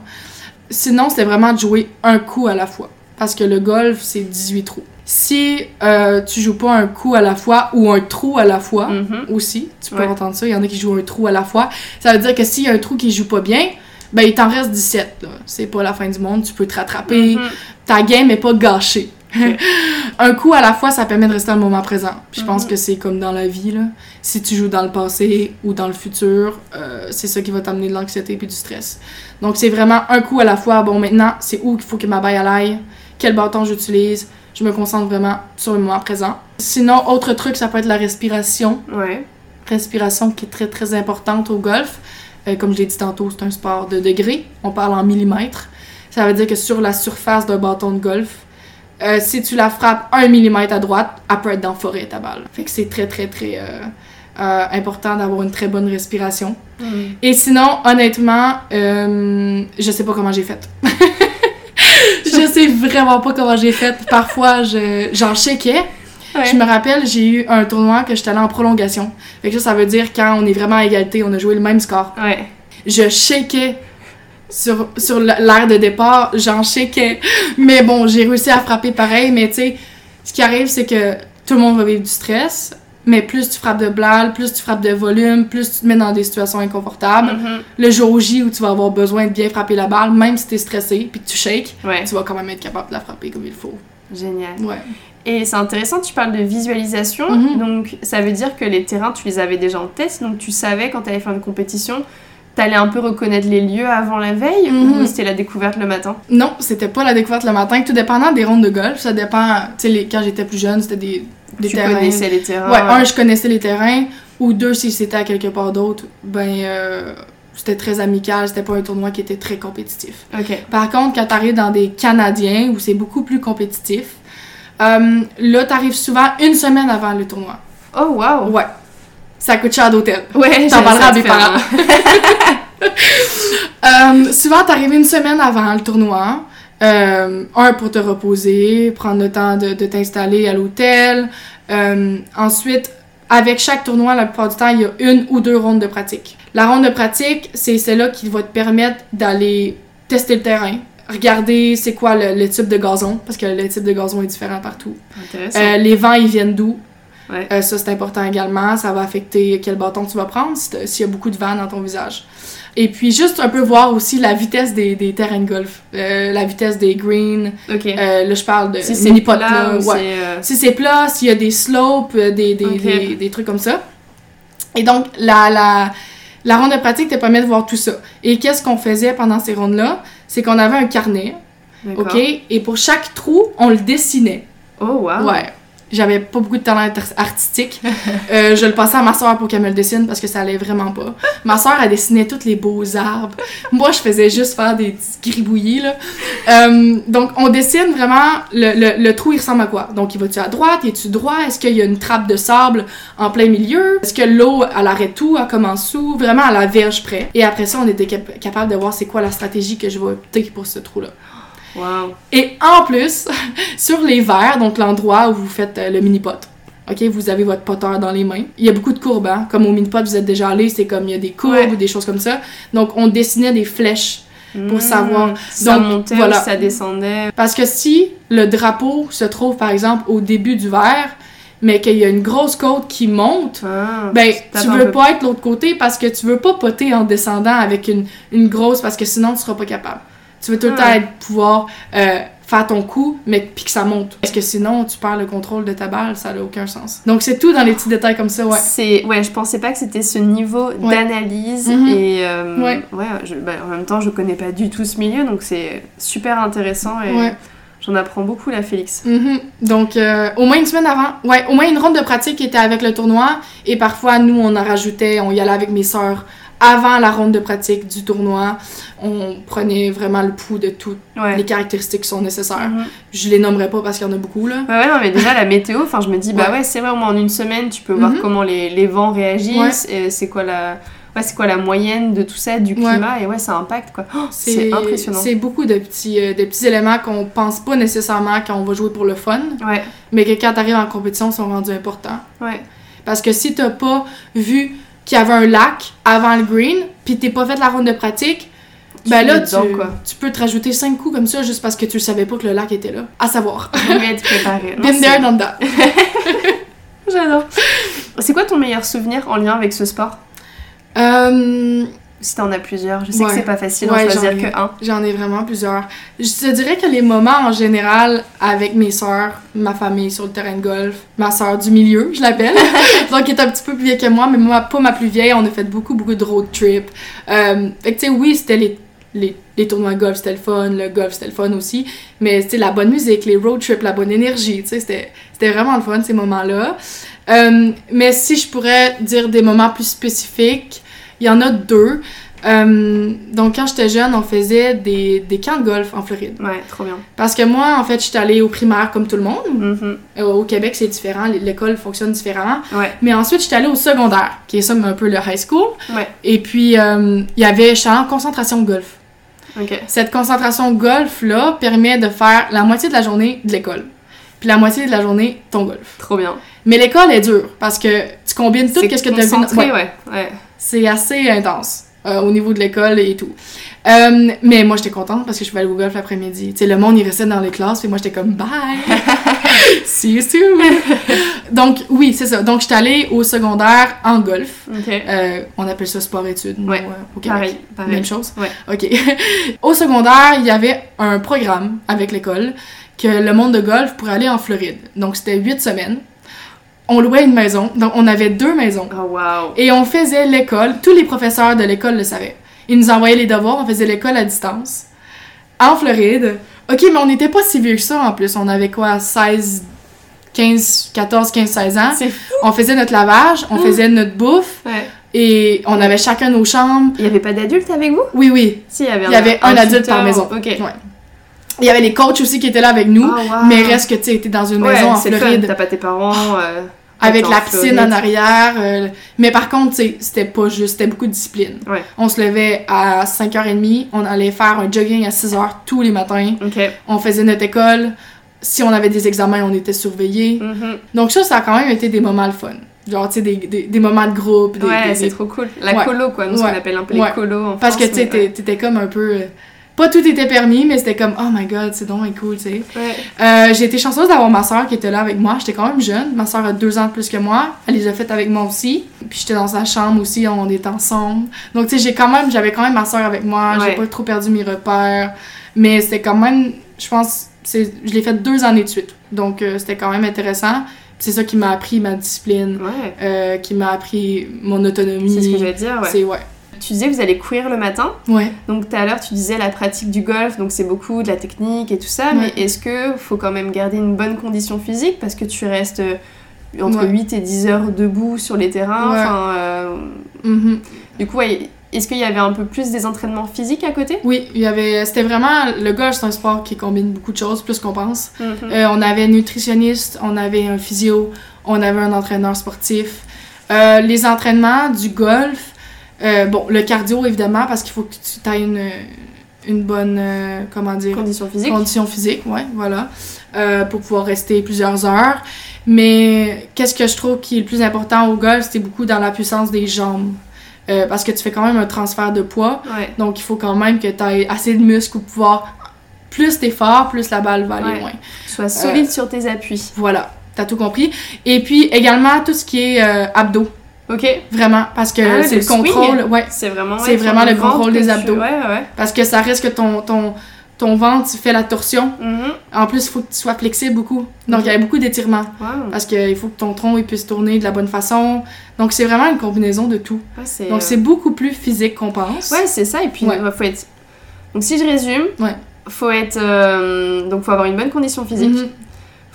Sinon, c'était vraiment de jouer un coup à la fois. Parce que le golf, c'est 18 trous. Si euh, tu joues pas un coup à la fois ou un trou à la fois, Mhm. aussi. Tu peux Ouais. entendre ça. Il y en a qui jouent un trou à la fois. Ça veut dire que s'il y a un trou qui joue pas bien, ben il t'en reste 17. là. C'est pas la fin du monde. Tu peux te rattraper. Mhm. Ta game est pas gâchée. <laughs> un coup à la fois, ça permet de rester dans le moment présent. Puis je pense que c'est comme dans la vie, là. Si tu joues dans le passé ou dans le futur, euh, c'est ça qui va t'amener de l'anxiété puis du stress. Donc c'est vraiment un coup à la fois. Bon, maintenant, c'est où qu'il faut que ma baille à l'aille, quel bâton j'utilise. Je me concentre vraiment sur le moment présent. Sinon, autre truc, ça peut être la respiration. Ouais. Respiration qui est très très importante au golf. Euh, comme je l'ai dit tantôt, c'est un sport de degrés. On parle en millimètres. Ça veut dire que sur la surface d'un bâton de golf, euh, si tu la frappes un millimètre à droite, elle peut être dans la forêt ta balle. Fait que c'est très très très euh, euh, important d'avoir une très bonne respiration. Et sinon, honnêtement, euh, je sais pas comment j'ai fait. <laughs> je sais vraiment pas comment j'ai fait. Parfois, je- j'en checkais. Ouais. Je me rappelle, j'ai eu un tournoi que j'étais allée en prolongation. Fait que ça, ça veut dire quand on est vraiment à égalité, on a joué le même score. Ouais. Je checkais sur, sur l- l'air de départ, j'en checkais. Mais bon, j'ai réussi à frapper pareil. Mais tu sais, ce qui arrive, c'est que tout le monde va vivre du stress. Mais plus tu frappes de blal, plus tu frappes de volume, plus tu te mets dans des situations inconfortables Mhm. le jour J où tu vas avoir besoin de bien frapper la balle, même si t'es stressé puis que tu shakes, Ouais. tu vas quand même être capable de la frapper comme il faut. Génial. Ouais. Et c'est intéressant, tu parles de visualisation, Mhm. donc ça veut dire que les terrains, tu les avais déjà en tête, donc tu savais quand tu allais faire une compétition, t'allais un peu reconnaître les lieux avant la veille Mhm. ou c'était la découverte le matin Non, c'était pas la découverte le matin. Tout dépendant des rondes de golf, ça dépend. Tu sais, les- quand j'étais plus jeune, c'était des, des Tu terrains. connaissais les terrains Ouais, un, je connaissais les terrains, ou deux, si c'était à quelque part d'autre, ben, euh, c'était très amical, c'était pas un tournoi qui était très compétitif. Ok. Par contre, quand t'arrives dans des Canadiens où c'est beaucoup plus compétitif, euh, là, t'arrives souvent une semaine avant le tournoi. Oh waouh Ouais. Ça coûte cher d'hôtel. Ouais, T'en j'allais parleras ça à te mes faire, parents. hein. Euh, souvent, t'arrives une semaine avant le tournoi. Euh, un, pour te reposer, prendre le temps de, de t'installer à l'hôtel. Euh, ensuite, avec chaque tournoi, la plupart du temps, il y a une ou deux rondes de pratique. La ronde de pratique, c'est celle-là qui va te permettre d'aller tester le terrain, regarder c'est quoi le, le type de gazon, parce que le type de gazon est différent partout. Intéressant. Euh, les vents, ils viennent d'où? Ouais. Euh, ça, c'est important également. Ça va affecter quel bâton tu vas prendre si t'as- s'il y a beaucoup de vent dans ton visage. Et puis, juste un peu voir aussi la vitesse des, des terrains de golf, Euh, la vitesse des greens. ok. Euh, là, je parle de si c'est mini plat pots, là, ou ouais. c'est, euh, Si c'est plat, s'il y a des slopes, euh, des, des, Ok. des- des trucs comme ça. Et donc, la, la, la ronde de pratique te permet de voir tout ça. Et qu'est-ce qu'on faisait pendant ces rondes-là? C'est qu'on avait un carnet, euh, d'accord. OK? Et pour chaque trou, on le dessinait. Oh waouh Ouais. J'avais pas beaucoup de talent inter- artistique. Euh, je le passais à ma soeur pour qu'elle me le dessine parce que ça allait vraiment pas. Ma soeur, elle dessinait tous les beaux arbres. Moi, je faisais juste faire des petits gribouillis, là. Euh, donc, on dessine vraiment le, le- le trou, il ressemble à quoi? Donc, il va-tu à droite? Es-tu droit? Est-ce qu'il y a une trappe de sable en plein milieu? Est-ce que l'eau, elle arrête tout? Elle commence où? Vraiment à la verge près. Et après ça, on était cap- capable de voir c'est quoi la stratégie que je vais opter pour ce trou-là. Waouh Et en plus, <laughs> sur les verres, donc l'endroit où vous faites euh, le mini-pot, OK, vous avez votre poteur dans les mains. Il y a beaucoup de courbes, hein? Comme au mini-pot, vous êtes déjà allé, c'est comme il y a des courbes Ouais. ou des choses comme ça. Donc, on dessinait des flèches. Pour savoir. Si Mm. ça Donc, montait voilà. ou si ça descendait. Parce que si le drapeau se trouve, par exemple, au début du verre, mais qu'il y a une grosse côte qui monte, Ah, ben, tapes tu un veux peu. pas être l'autre côté parce que tu veux pas poter en descendant avec une, une grosse parce que sinon tu seras pas capable. Tu veux tout le Ah. temps être- pouvoir euh, faire ton coup, mais puis que ça monte. Parce que sinon, tu perds le contrôle de ta balle, ça n'a aucun sens. Donc, c'est tout dans les petits détails comme ça, ouais. C'est ouais, je pensais pas que c'était ce niveau Ouais. d'analyse Mhm. et euh, Ouais. ouais, je- bah, en même temps je connais pas du tout ce milieu donc c'est super intéressant et Ouais. j'en apprends beaucoup là Félix. Mhm. Donc, euh, au moins une semaine avant. Ouais, au moins une ronde de pratique était avec le tournoi. Et parfois, nous, on en rajoutait, on y allait avec mes sœurs avant la ronde de pratique du tournoi. On prenait vraiment le pouls de toutes Ouais. les caractéristiques qui sont nécessaires. Mhm. Je les nommerai pas parce qu'il y en a beaucoup, là. Ouais, ouais, non, mais déjà la météo, enfin je me dis bah Ouais. ouais, c'est vrai au moins en une semaine, tu peux Mhm. voir comment les, les vents réagissent et c'est quoi la ouais, c'est quoi la moyenne de tout ça du Ouais. climat et ouais, ça impacte quoi. Oh, c'est impressionnant. C'est beaucoup de petits, euh, de petits éléments qu'on pense pas nécessairement quand on va jouer pour le fun, Ouais. mais que quand t'arrives en compétition, sont rendus importants. Ouais. Parce que si t'as pas vu qu'il y avait un lac avant le green, puis t'es pas fait la ronde de pratique, Tu ben là, mets dedans, tu, quoi. tu peux te rajouter cinq coups comme ça juste parce que tu savais pas que le lac était là. À savoir. Vaut mieux être préparé. Non, Been c'est- there, <laughs> done that. J'adore. C'est quoi ton meilleur souvenir en lien avec ce sport Euh, si t'en as plusieurs. Je sais que Ouais. c'est pas facile Ouais, d'en choisir j'en ai. que un. J'en ai vraiment plusieurs. Je te dirais que les moments en général avec mes sœurs, ma famille sur le terrain de golf, ma sœur du milieu, je l'appelle, donc qui est un petit peu plus vieille que moi, mais moi, pas ma plus vieille, on a fait beaucoup, beaucoup de road trip. Euh, fait que tu sais, oui, c'était les, les, les tournois de golf, c'était le fun, le golf, c'était le fun aussi, mais tu sais, la bonne musique, les road trips, la bonne énergie, tu sais, c'était c'était vraiment le fun ces moments-là. Euh, mais si je pourrais dire des moments plus spécifiques, il y en a deux. Euh, donc, quand j'étais jeune, on faisait des, des camps de golf en Floride. Ouais, trop bien. Parce que moi, en fait, j'étais allée au primaire comme tout le monde. Mhm. Euh, Au Québec, c'est différent, l- l'école fonctionne différemment. Ouais, Mais ensuite, j'étais allée au secondaire, qui est ça, un peu le high school. ouais, Et puis, euh, il y avait, j'étais allée en concentration golf. ok. Cette concentration golf-là permet de faire la moitié de la journée de l'école. Puis la moitié de la journée, ton golf. Trop bien. Mais l'école est dure, parce que tu combines tout C'est quest ce que tu as vu. concentré, Ouais. ouais. ouais. c'est assez intense euh, au niveau de l'école et tout. Euh, mais moi, j'étais contente parce que je pouvais aller au golf l'après-midi. Tu sais, le monde, il restait dans les classes, et moi, j'étais <laughs> comme « Bye! See you soon! » Donc, oui, c'est ça. Donc, j'étais allée au secondaire en golf. Ok. Euh, on appelle ça sport-études, nous, Ouais, euh, au Québec. Pareil, pareil. Même chose? Ouais. OK. <laughs> Au secondaire, il y avait un programme avec l'école que le monde de golf pourrait aller en Floride. Donc, c'était huit semaines. On louait une maison. Donc, on avait deux maisons. Oh wow. Et on faisait l'école, tous les professeurs de l'école le savaient. Ils nous envoyaient les devoirs, on faisait l'école à distance. En Floride. Ok, mais on n'était pas si vieux que ça en plus. On avait quoi, 16, 15, 14, 15, 16 ans. C'est fou. On faisait notre lavage, on Ah. faisait notre bouffe Ouais. et on avait chacun nos chambres. Il y avait pas d'adulte avec vous Oui, oui. Si, il y avait Il y avait un adulte tuteur. par maison. Ok. Ouais. Il y avait les coachs aussi qui étaient là avec nous. Oh, wow. Mais reste que tu sais, t'es dans une Ouais, maison en c'est le fun, Floride. Ah. T'as pas tes parents. euh, avec t'es la en piscine en Floride. arrière. euh, mais par contre, tu sais, c'était pas juste, c'était beaucoup de discipline. Ouais. On se levait à 5h30, on allait faire un jogging à 6h tous les matins, Ok. on faisait notre école, si on avait des examens, on était surveillés. Mhm. Donc ça, ça a quand même été des moments le fun. Genre, tu sais, des, des, des moments de groupe. Des, Ouais, des- c'est des- trop cool. La Ouais. colo, quoi. Nous, ce Ouais. qu'on appelle un peu Ouais. les colos en Parce que, France, tu sais, mais t'es- t'étais comme un peu... euh, Pas tout était permis, mais c'était comme « Oh my God, c'est donc cool, tu sais. » ouais. Ouais. Euh, j'ai été chanceuse d'avoir ma soeur qui était là avec moi. J'étais quand même jeune. Ma soeur a deux ans de plus que moi. Elle les a faites avec moi aussi. Puis j'étais dans sa chambre aussi. On était ensemble. Donc, tu sais, j'ai quand même, j'avais quand même ma soeur avec moi. J'ai Ouais. pas trop perdu mes repères. Mais c'était quand même, je pense, c'est, je l'ai fait deux années de suite. Donc, euh, c'était quand même intéressant. Puis c'est ça qui m'a appris ma discipline, Ouais. euh, qui m'a appris mon autonomie. C'est ce que j'allais dire, ouais. Mmh. C'est, ouais. Tu disais, vous allez courir le matin. Ouais. Donc, tout à l'heure, tu disais la pratique du golf, donc c'est beaucoup de la technique et tout ça. Ouais. Mais est-ce que faut quand même garder une bonne condition physique parce que tu restes euh, entre Ouais. 8 et 10 heures debout sur les terrains Ouais. Enfin, euh, Mhm. du coup, ouais, est-ce qu'il y avait un peu plus des entraînements physiques à côté Oui, il y avait, c'était vraiment, le golf, c'est un sport qui combine beaucoup de choses, plus qu'on pense. Mhm. Euh, on avait un nutritionniste, on avait un physio, on avait un entraîneur sportif. Euh, les entraînements du golf, euh, bon, le cardio évidemment, parce qu'il faut que tu aies une, une bonne, euh, comment dire, Condition physique condition physique, ouais, voilà, euh, pour pouvoir rester plusieurs heures. Mais qu'est-ce que je trouve qui est le plus important au golf, c'est beaucoup dans la puissance des jambes. Euh, parce que tu fais quand même un transfert de poids, Ouais. donc, il faut quand même que tu aies assez de muscles pour pouvoir. Plus t'es fort, plus la balle va aller Ouais. loin. Sois Euh. solide sur tes appuis. Voilà, t'as tout compris. Et puis également tout ce qui est euh, abdos, Ok vraiment, parce que Ah ouais, c'est le le contrôle, ouais, C'est vraiment, C'est ouais, vraiment sur le ventre contrôle que des tu- abdos. Ouais, ouais, ouais. parce que ça risque que ton ton ton ventre il fait la torsion. Mhm. En plus, il faut que tu sois flexible beaucoup. Donc, il y a beaucoup d'étirements. Wow. Parce qu'il faut que ton tronc il puisse tourner de la bonne façon. Donc, c'est vraiment une combinaison de tout. Ouais, c'est, Donc, euh, c'est beaucoup plus physique qu'on pense. Ouais, c'est ça. Et puis, Ouais. bah, faut être. Donc, si je résume, Ouais. faut être. euh, Donc, faut avoir une bonne condition physique. Mhm.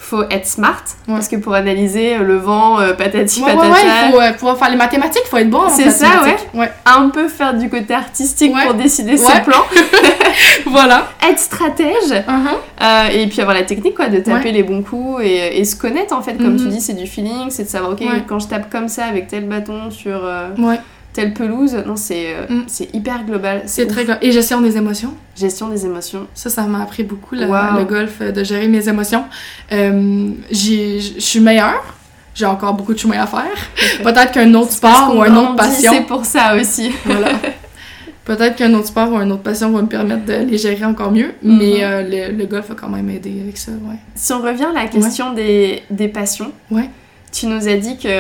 Faut être smart. Ouais. Parce que pour analyser euh, le vent, euh, patati Ouais, ouais, patata, ouais, il faut euh, pouvoir faire les mathématiques, il faut être bon en C'est ça, mathématiques. <laughs> ouais. un peu faire du côté artistique Ouais. pour décider Ouais. ses plans, Voilà. être stratège, Uh-huh. euh, et puis avoir la technique quoi, de taper les bons coups et, et se connaître en fait. Comme Mhm. tu dis, c'est du feeling, c'est de savoir, ok, Ouais. quand je tape comme ça avec tel bâton sur. euh, Ouais, telle pelouse. Non, c'est euh, Mm. c'est hyper global. c'est ouf. très clair. Et gestion des émotions. Gestion des émotions. Ça, ça m'a appris beaucoup, le, Wow. le golf, euh, de gérer mes émotions. Euh, j'ai- Je suis meilleure. J'ai encore beaucoup de chemin à faire. Peut-être qu'un autre Parce sport qu'on ou un grandit, autre passion. C'est pour ça aussi. Voilà. Peut-être qu'un autre sport ou un autre passion va me permettre de les gérer encore mieux. Mhm. Mais euh, le, le golf a quand même aidé avec ça, ouais. Si on revient à la question des, des passions, Ouais. tu nous as dit que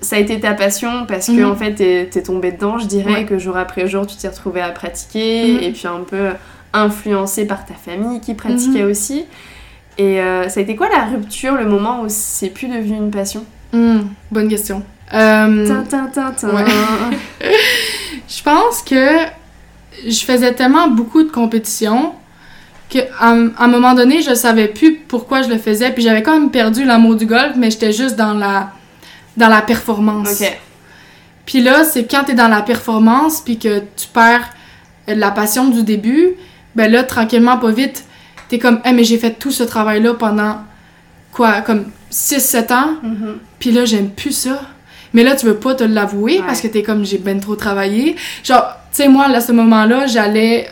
ça a été ta passion parce que Mhm. en fait t'es t'es tombée dedans, je dirais Ouais. que jour après jour tu t'es retrouvée à pratiquer Mhm. et puis un peu influencée par ta famille qui Mhm. pratiquait aussi. Et euh, ça a été quoi la rupture, le moment où c'est plus devenu une passion Mm. Hmm, bonne question. Euh, Tin, tin, tin, tin. Ouais. <laughs> je pense que je faisais tellement beaucoup de compétitions qu'à un moment donné, je savais plus pourquoi je le faisais. Puis j'avais quand même perdu l'amour du golf, mais j'étais juste dans la, dans la <laughs> performance. Ok. Puis là, c'est quand t'es dans la performance, puis que tu perds euh, la passion du début, ben là, tranquillement, pas vite, t'es comme, hey, mais j'ai fait tout ce travail-là pendant quoi, comme 6-7 ans, Mhm. puis là, j'aime plus ça. Mais là, tu veux pas te l'avouer parce que Ouais. t'es comme, j'ai ben trop travaillé. Genre, tu sais, moi, à ce moment-là, j'allais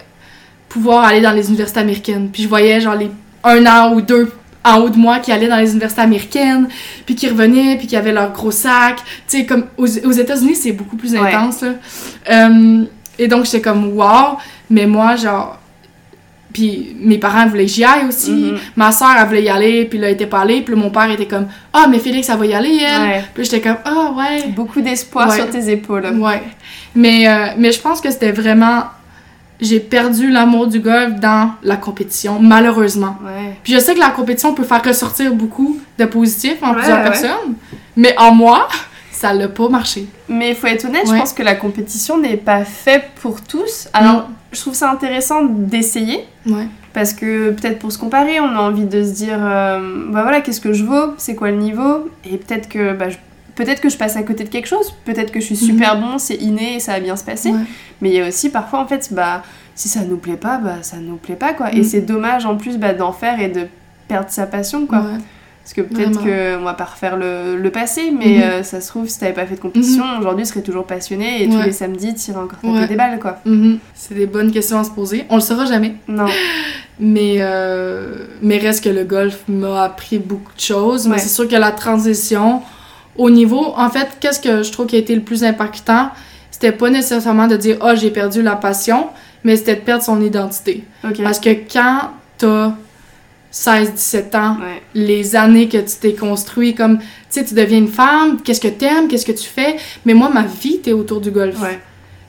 pouvoir aller dans les universités américaines. Puis je voyais, genre, les un an ou deux en haut de moi qui allaient dans les universités américaines, puis qui revenaient, puis qui avaient leur gros sac. Tu sais, comme, aux, aux États-Unis, c'est beaucoup plus Ouais. intense, là. Euh, et donc, j'étais comme, wow. Mais moi, genre, puis mes parents voulaient que j'y aille aussi. Mhm. Ma soeur, elle voulait y aller, puis là, elle était pas allée. Puis là, mon père était comme, ah, mais Félix, elle va y aller, elle. Mhm. Ouais. Puis j'étais comme, ah ouais. Beaucoup d'espoir Ouais. sur tes épaules. Ouais. Mais, euh, mais je pense que c'était vraiment. J'ai perdu l'amour du golf dans la compétition, malheureusement. Ouais. Puis je sais que la compétition peut faire ressortir beaucoup de positifs en Ouais, plusieurs ouais. personnes, mais en moi, <laughs> ça l'a pas marché. Mais faut être honnête, je Ouais. pense que la compétition n'est pas faite pour tous. Alors, Mm. je trouve ça intéressant d'essayer. Ouais. Parce que peut-être pour se comparer, on a envie de se dire, euh, bah voilà, qu'est-ce que je vaux, c'est quoi le niveau, et peut-être que, bah, je- peut-être que je passe à côté de quelque chose, peut-être que je suis super bon, c'est inné et ça va bien se passer. Mm. Ouais. Mais il y a aussi parfois, en fait, bah, si ça nous plaît pas, bah ça nous plaît pas, quoi. Et Mhm. c'est dommage en plus bah, d'en faire et de perdre sa passion, quoi. Ouais. Parce que peut-être Vraiment. que, on va pas refaire le, le passé, mais Mhm. euh, ça se trouve, si t'avais pas fait de compétition, aujourd'hui, tu serais toujours passionné et tous Ouais. les samedis, tirer encore taper Ouais. des balles, quoi. Mhm. C'est des bonnes questions à se poser. On le saura jamais. Non, Mais, euh, mais reste que le golf m'a appris beaucoup de choses. Mais Ouais. c'est sûr que la transition au niveau. En fait, qu'est-ce que je trouve qui a été le plus impactant? C'était pas nécessairement de dire Ah, j'ai perdu la passion, mais c'était de perdre son identité. ok. Parce que quand t'as 16-17 ans, Ouais. les années que tu t'es construit, comme tu sais, tu deviens une femme, qu'est-ce que t'aimes, qu'est-ce que tu fais. Mais moi, ma vie était autour du golf. Ouais.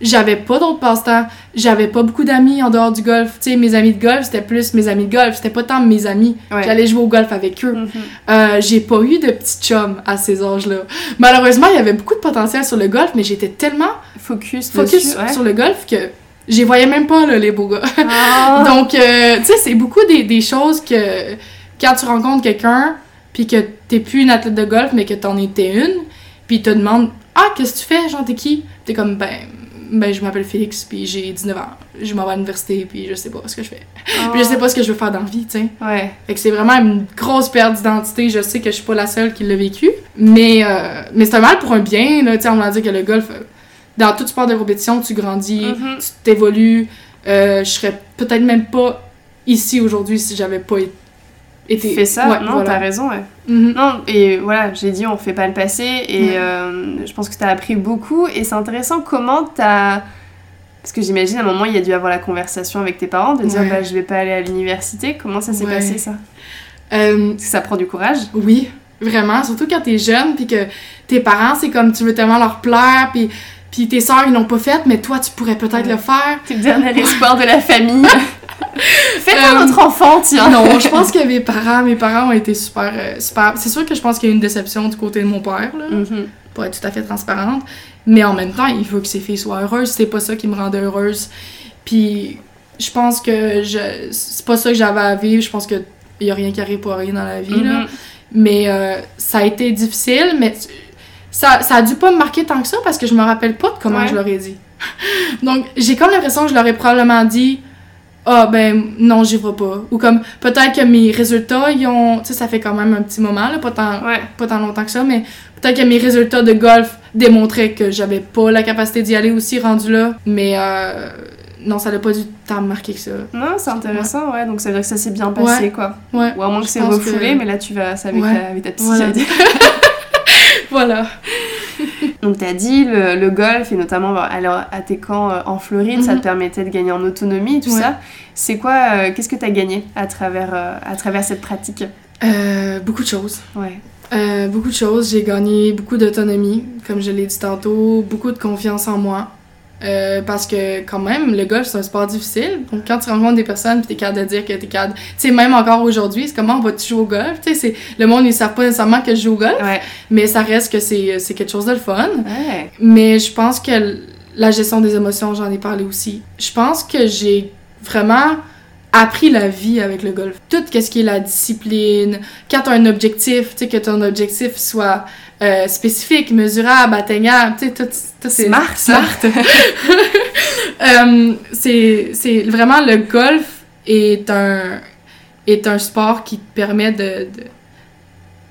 J'avais pas d'autres passe-temps. J'avais pas beaucoup d'amis en dehors du golf. Tu sais, mes amis de golf, c'était plus mes amis de golf. C'était pas tant mes amis. Ouais. J'allais jouer au golf avec eux. Mhm. Euh, j'ai pas eu de petits chums à ces âges-là. Malheureusement, il y avait beaucoup de potentiel sur le golf, mais j'étais tellement Focus, focus dessus, ouais. <laughs> sur le golf que j'y voyais même pas, là, les beaux gars. Ah. Donc, euh, tu sais, c'est beaucoup des, des choses que quand tu rencontres quelqu'un, puis que t'es plus une athlète de golf, mais que t'en étais une, puis il te demande Ah, qu'est-ce que tu fais, Jean, t'es qui T'es comme Ben, ben je m'appelle Félix, puis j'ai 19 ans, je m'en vais à l'université, puis je sais pas ce que je fais. Puis je sais pas ce que je veux faire dans la vie, tu sais. Ouais. Fait que c'est vraiment une grosse perte d'identité. Je sais que je suis pas la seule qui l'a vécu, mais, euh, mais c'est un mal pour un bien, là. Tu sais, on m'a dit que le golf, euh, dans tout sport de compétition, tu grandis, Mhm. tu t'évolues. Euh, je serais peut-être même pas ici aujourd'hui si j'avais pas é- été. Fais ça, Ouais, non, voilà. t'as raison, ouais. Mhm. Non, et voilà, j'ai dit on fait pas le passé, et Ouais. euh, je pense que t'as appris beaucoup, et c'est intéressant comment t'as. Parce que j'imagine à un moment, il y a dû avoir la conversation avec tes parents de dire Ouais. bah je vais pas aller à l'université, comment ça s'est Ouais. passé ça Euh, Parce que ça prend du courage. oui, vraiment. Surtout quand t'es jeune, puis que tes parents, c'est comme tu veux tellement leur plaire, puis. Puis tes sœurs, ils l'ont pas fait, mais toi, tu pourrais peut-être Ouais. <laughs> le faire. T'es le dernier espoir de la famille. <laughs> Faites Euh, un autre enfant, tiens Non, je pense que mes parents, mes parents ont été super, euh, super. C'est sûr que je pense qu'il y a eu une déception du côté de mon père, là, Mhm. pour être tout à fait transparente. Mais en même temps, il faut que ses filles soient heureuses. C'est pas ça qui me rendait heureuse. Puis je pense que je, c'est pas ça que j'avais à vivre. Je pense que y a rien qui arrive pour rien dans la vie, là. Mhm. Mais euh, ça a été difficile, mais tu- ça, ça a dû pas me marquer tant que ça parce que je me rappelle pas de comment Ouais. je l'aurais dit. <laughs> Donc, j'ai comme l'impression que je leur ai probablement dit Ah, ben non, j'y vais pas. Ou comme peut-être que mes résultats, ils ont. Tu sais, ça fait quand même un petit moment, là, pas tant, Ouais. pas tant longtemps que ça, mais peut-être que mes résultats de golf démontraient que j'avais pas la capacité d'y aller aussi rendu là. Mais euh, non, ça l'a pas du tant me marquer que ça. Non, c'est intéressant, ouais. Donc ça veut dire que ça s'est bien passé, quoi. Ouais, Ou à moins que c'est pense refoulé, que- mais là tu vas ça avec, Ouais. ta, avec ta Voilà. psychiatre. voilà. <laughs> Donc t'as dit le, le golf et notamment bah, alors à tes camps euh, en Floride, ça te Mhm. permettait de gagner en autonomie et tout Ouais. ça. C'est quoi euh, Qu'est-ce que t'as gagné à travers euh, à travers cette pratique Euh, beaucoup de choses. Ouais. Euh, beaucoup de choses. J'ai gagné beaucoup d'autonomie, comme je l'ai dit tantôt, beaucoup de confiance en moi. Euh, parce que quand même, le golf, c'est un sport difficile. Donc quand tu rencontres des personnes, puis t'es capable de dire que t'es capable... Tu sais, même encore aujourd'hui, c'est comment on va-tu jouer au golf? Tu sais, c'est- le monde, ils savent pas nécessairement que je joue au golf, Ouais. mais ça reste que c'est c'est quelque chose de le fun. Ouais. Mais je pense que l- la gestion des émotions, j'en ai parlé aussi. Je pense que j'ai vraiment appris la vie avec le golf. Tout ce qui est la discipline, quand t'as un objectif, tu sais, que ton objectif soit euh, spécifique, mesurable, atteignable, tu sais, tout, tout c'est... Smart, hein? ça. <laughs> Euh, c'est c'est vraiment le golf est un est un sport qui te permet de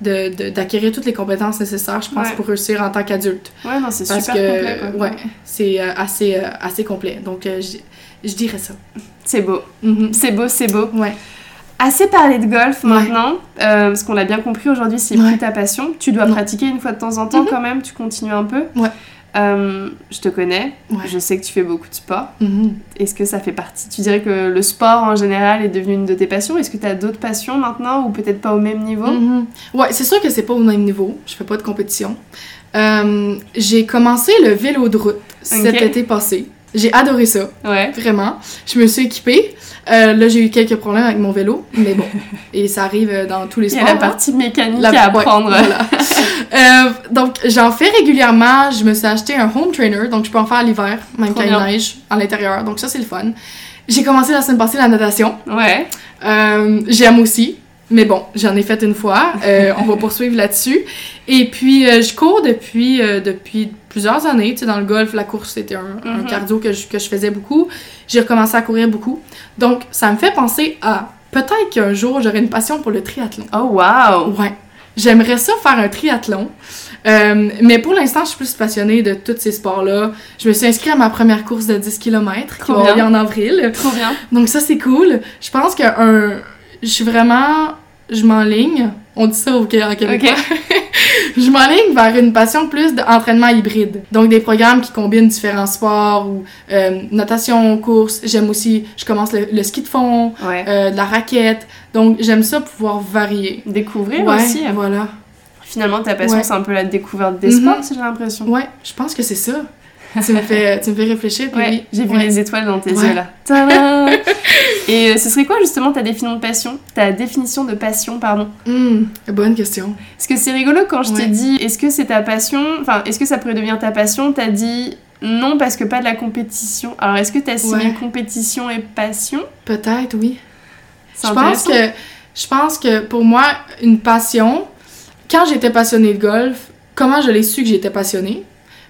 de- de- de- d'acquérir toutes les compétences nécessaires, je pense, Ouais. pour réussir en tant qu'adulte Ouais, non, c'est super parce que complet. quoi. ouais, c'est euh, assez euh, assez complet. Donc euh, je je dirais ça. C'est beau. Mhm. C'est beau, c'est beau. Ouais. Assez parlé de golf Ouais. maintenant, euh, parce qu'on l'a bien compris aujourd'hui, c'est Ouais. plus ta passion. Tu dois Non. Mhm. pratiquer une fois de temps en temps quand même, tu continues un peu. Ouais. Euh, je te connais, Ouais. je sais que tu fais beaucoup de sport. Mhm. Est-ce que ça fait partie Tu dirais que le sport en général est devenu une de tes passions Est-ce que tu as d'autres passions maintenant ou peut-être pas au même niveau Mhm. Ouais, c'est sûr que c'est pas au même niveau. Je fais pas de compétition. Euh, j'ai commencé le vélo de route cet Ok. été passé. J'ai adoré ça, Ouais. vraiment. Je me suis équipée. Euh, là, j'ai eu quelques problèmes avec mon vélo, mais <laughs> bon. Et ça arrive euh, dans tous les Il y sports. a la hein. partie mécanique La- à ouais, apprendre. <laughs> <laughs> voilà. Euh, donc, j'en fais régulièrement. Je me suis acheté un home trainer, donc je peux en faire l'hiver, même Trop quand il bien. neige à l'intérieur. Donc, ça, c'est le fun. J'ai commencé la semaine passée la natation. Ouais. Euh, J'aime aussi. Mais bon, j'en ai fait une fois. Euh, <laughs> on va poursuivre là-dessus. Et puis, euh, je cours depuis, euh, depuis plusieurs années. Tu sais, dans le golf, la course, c'était un, un Mhm. cardio que je, que je faisais beaucoup. J'ai recommencé à courir beaucoup. Donc, ça me fait penser à peut-être qu'un jour, j'aurai une passion pour le triathlon. Oh waouh Ouais. J'aimerais ça faire un triathlon. Euh, mais pour l'instant, je suis plus passionnée de tous ces sports-là. Je me suis inscrite à ma première course de 10 km qui Trop va avoir lieu bien. en avril. Trop bien. Donc ça, c'est cool. Je pense que un... je suis vraiment... Je m'enligne. On dit ça au Québec. en Québec. Ok. Je m'enligne vers une passion plus d'entraînement hybride. Donc des programmes qui combinent différents sports ou euh, natation, course. J'aime aussi... Je commence le, le ski de fond, Ouais. euh, de la raquette. Donc j'aime ça pouvoir varier. Découvrir Ouais, aussi. voilà. Finalement, ta passion, Ouais. c'est un peu la découverte des Mhm. sports, j'ai l'impression. Ouais, je pense que c'est ça. tu, me fais, tu me fais réfléchir, puis Ouais, oui. j'ai vu Ouais. les étoiles dans tes Ouais. yeux là. Tadam <laughs> Et euh, ce serait quoi justement ta définition de passion Ta définition de passion, pardon. Hmm, bonne question. Parce que c'est rigolo quand je Ouais. t'ai dit est-ce que c'est ta passion Enfin, est-ce que ça pourrait devenir ta passion T'as dit non parce que pas de la compétition. Alors est-ce que t'as signé Ouais. compétition et passion Peut-être, oui. C'est Je pense, intéressant. que, je pense que pour moi, une passion, quand j'étais passionnée de golf, comment je l'ai su que j'étais passionnée?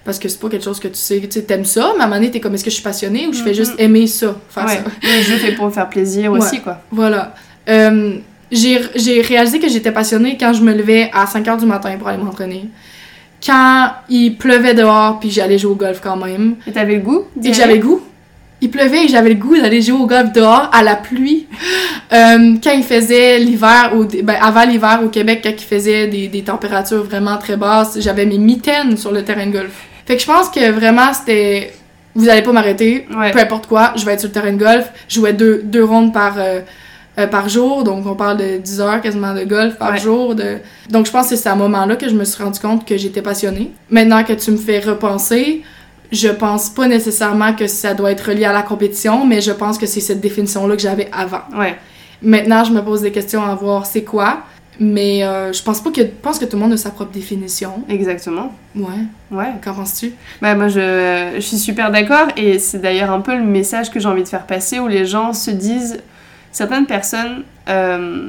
Parce que c'est pas quelque chose que tu sais, tu sais, t'aimes ça, mais à un moment donné, t'es comme est-ce que je suis passionnée ou je fais Mhm. juste aimer ça, faire Ouais. ça. Oui, je le fais pour faire plaisir Ouais. aussi quoi. Voilà. Euh, j'ai j'ai réalisé que j'étais passionnée quand je me levais à 5 h du matin pour aller m'entraîner. Quand il pleuvait dehors, puis j'allais jouer au golf quand même. Et t'avais le goût d'y Et aller j'avais le goût. Il pleuvait et j'avais le goût d'aller jouer au golf dehors à la pluie. <gasps> Euh, quand il faisait l'hiver, au, ben, avant l'hiver au Québec, quand il faisait des, des températures vraiment très basses, j'avais mes mitaines sur le terrain de golf. Fait que je pense que vraiment c'était. Vous allez pas m'arrêter, Ouais. peu importe quoi, je vais être sur le terrain de golf. Je jouais deux, deux rondes par, euh, euh, par jour, donc on parle de 10 heures quasiment de golf par Ouais. jour. De... Donc je pense que c'est à ce moment-là que je me suis rendu compte que j'étais passionnée. Maintenant que tu me fais repenser, je pense pas nécessairement que ça doit être relié à la compétition, mais je pense que c'est cette définition-là que j'avais avant. Ouais. Maintenant, je me pose des questions à voir c'est quoi, mais euh, je pense pas que je pense que tout le monde a sa propre définition. Exactement. Ouais, Ouais. qu'en penses-tu Bah moi je, je suis super d'accord et c'est d'ailleurs un peu le message que j'ai envie de faire passer où les gens se disent certaines personnes euh,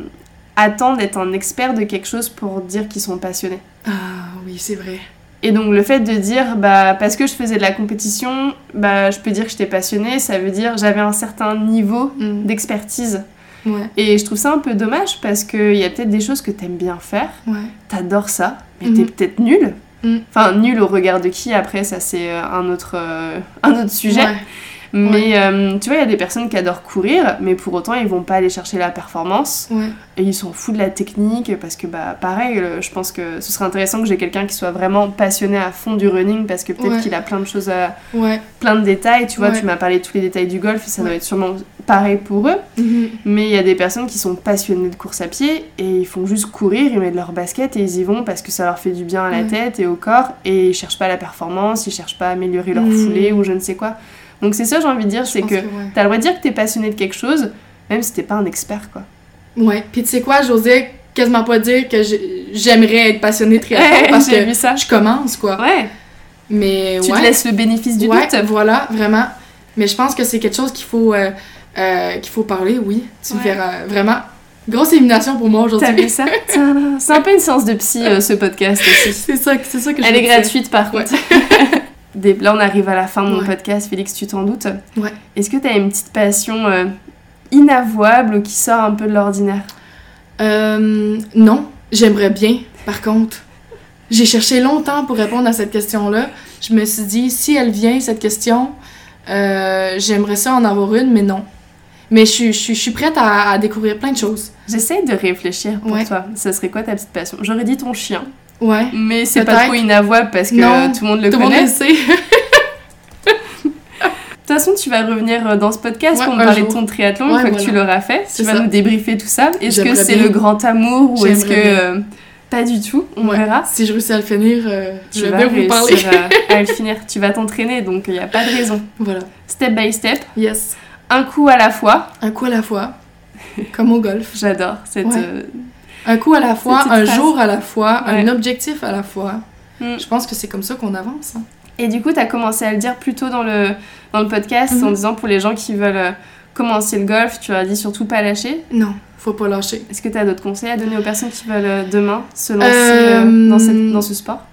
attendent d'être un expert de quelque chose pour dire qu'ils sont passionnés. Ah oui, c'est vrai. Et donc le fait de dire bah parce que je faisais de la compétition, bah je peux dire que j'étais passionnée, ça veut dire j'avais un certain niveau Mm. d'expertise. Ouais, Et je trouve ça un peu dommage parce qu'il y a peut-être des choses que t'aimes bien faire, ouais. t'adores ça, mais Mhm. t'es peut-être nul. Mm. Enfin nul au regard de qui après ça c'est euh, un autre euh, un autre sujet. Ouais. Mais euh, tu vois il y a des personnes qui adorent courir, mais pour autant ils vont pas aller chercher la performance ouais. et ils s'en foutent de la technique parce que bah pareil le- je pense que ce serait intéressant que j'ai quelqu'un qui soit vraiment passionné à fond du running parce que peut-être Ouais. qu'il a plein de choses à Ouais, plein de détails tu vois Ouais. tu m'as parlé de tous les détails du golf et ça Ouais. doit être sûrement pareil pour eux. Mhm. Mais il y a des personnes qui sont passionnées de course à pied et ils font juste courir, ils mettent leur basket et ils y vont parce que ça leur fait du bien à la Ouais. tête et au corps et ils cherchent pas la performance, ils cherchent pas à améliorer leur Mm. foulée ou je ne sais quoi. Donc c'est ça j'ai envie de dire, Je c'est pense que ouais. t'as le droit de dire que t'es passionné de quelque chose, même si t'es pas un expert <laughs> quoi. Ouais, puis tu sais quoi, j'osais quasiment pas dire que j'ai- j'aimerais être <laughs> passionnée de triathlon parce J'ai que vu ça. je commence quoi. Ouais, Mais tu ouais. te laisses le bénéfice du Ouais, doute. voilà, vraiment. Mais je pense que c'est quelque chose qu'il faut euh, euh, qu'il faut parler, oui. Tu me Ouais. verras vraiment grosse élimination pour moi T'as vu aujourd'hui. <laughs> ça Tain, C'est un peu une séance de psy euh, ce podcast aussi. C'est ça, que- c'est ça que je Elle veux est dire. gratuite par Ouais. contre. <laughs> Des- Là, on arrive à la fin de mon Ouais. podcast, Félix, tu t'en doutes. Ouais. Est-ce que tu as une petite passion euh, inavouable qui sort un peu de l'ordinaire Euh, non, j'aimerais bien. Par contre, j'ai cherché longtemps pour répondre à cette question-là. Je me suis dit, si elle vient cette question, euh, j'aimerais ça en avoir une, mais non. Mais je, suis- je, suis- je suis prête à, à découvrir plein de choses. J'essaie de réfléchir pour Ouais. toi. Ça serait quoi ta petite passion J'aurais dit ton chien, Ouais. mais c'est pas Peut-être. trop inavouable parce que Non, euh, tout le monde le Tout le monde connaît. le sait. <laughs> De toute façon, tu vas revenir euh, dans ce podcast Ouais, pour me un parler jour. de ton triathlon une Ouais, fois que voilà. tu l'auras fait. Tu C'est vas ça. nous débriefer tout ça. Est-ce que J'aimerais c'est bien. le grand amour ou est-ce que J'aimerais euh, pas du tout On Ouais. verra. Si je réussis à le finir, euh, Tu je vais vas bien vous parler. réussir à, à le finir. Tu vas t'entraîner, donc il n'y a pas de raison. Voilà. Step by step, Yes. un coup à la fois. Un coup à la <laughs> fois. Comme au golf. J'adore cette. Ouais. euh, Un coup à la fois, Cette un phrase. jour à la fois, un Ouais. objectif à la fois. Mm. Je pense que c'est comme ça qu'on avance. hein. Et du coup, tu as commencé à le dire plus tôt dans le, dans le podcast en Mhm. disant pour les gens qui veulent euh, commencer le golf, tu leur as dit surtout pas lâcher. Non, faut pas lâcher. Est-ce que tu as d'autres conseils à donner aux personnes qui veulent euh, demain se lancer Euh, euh, dans, cette- dans ce sport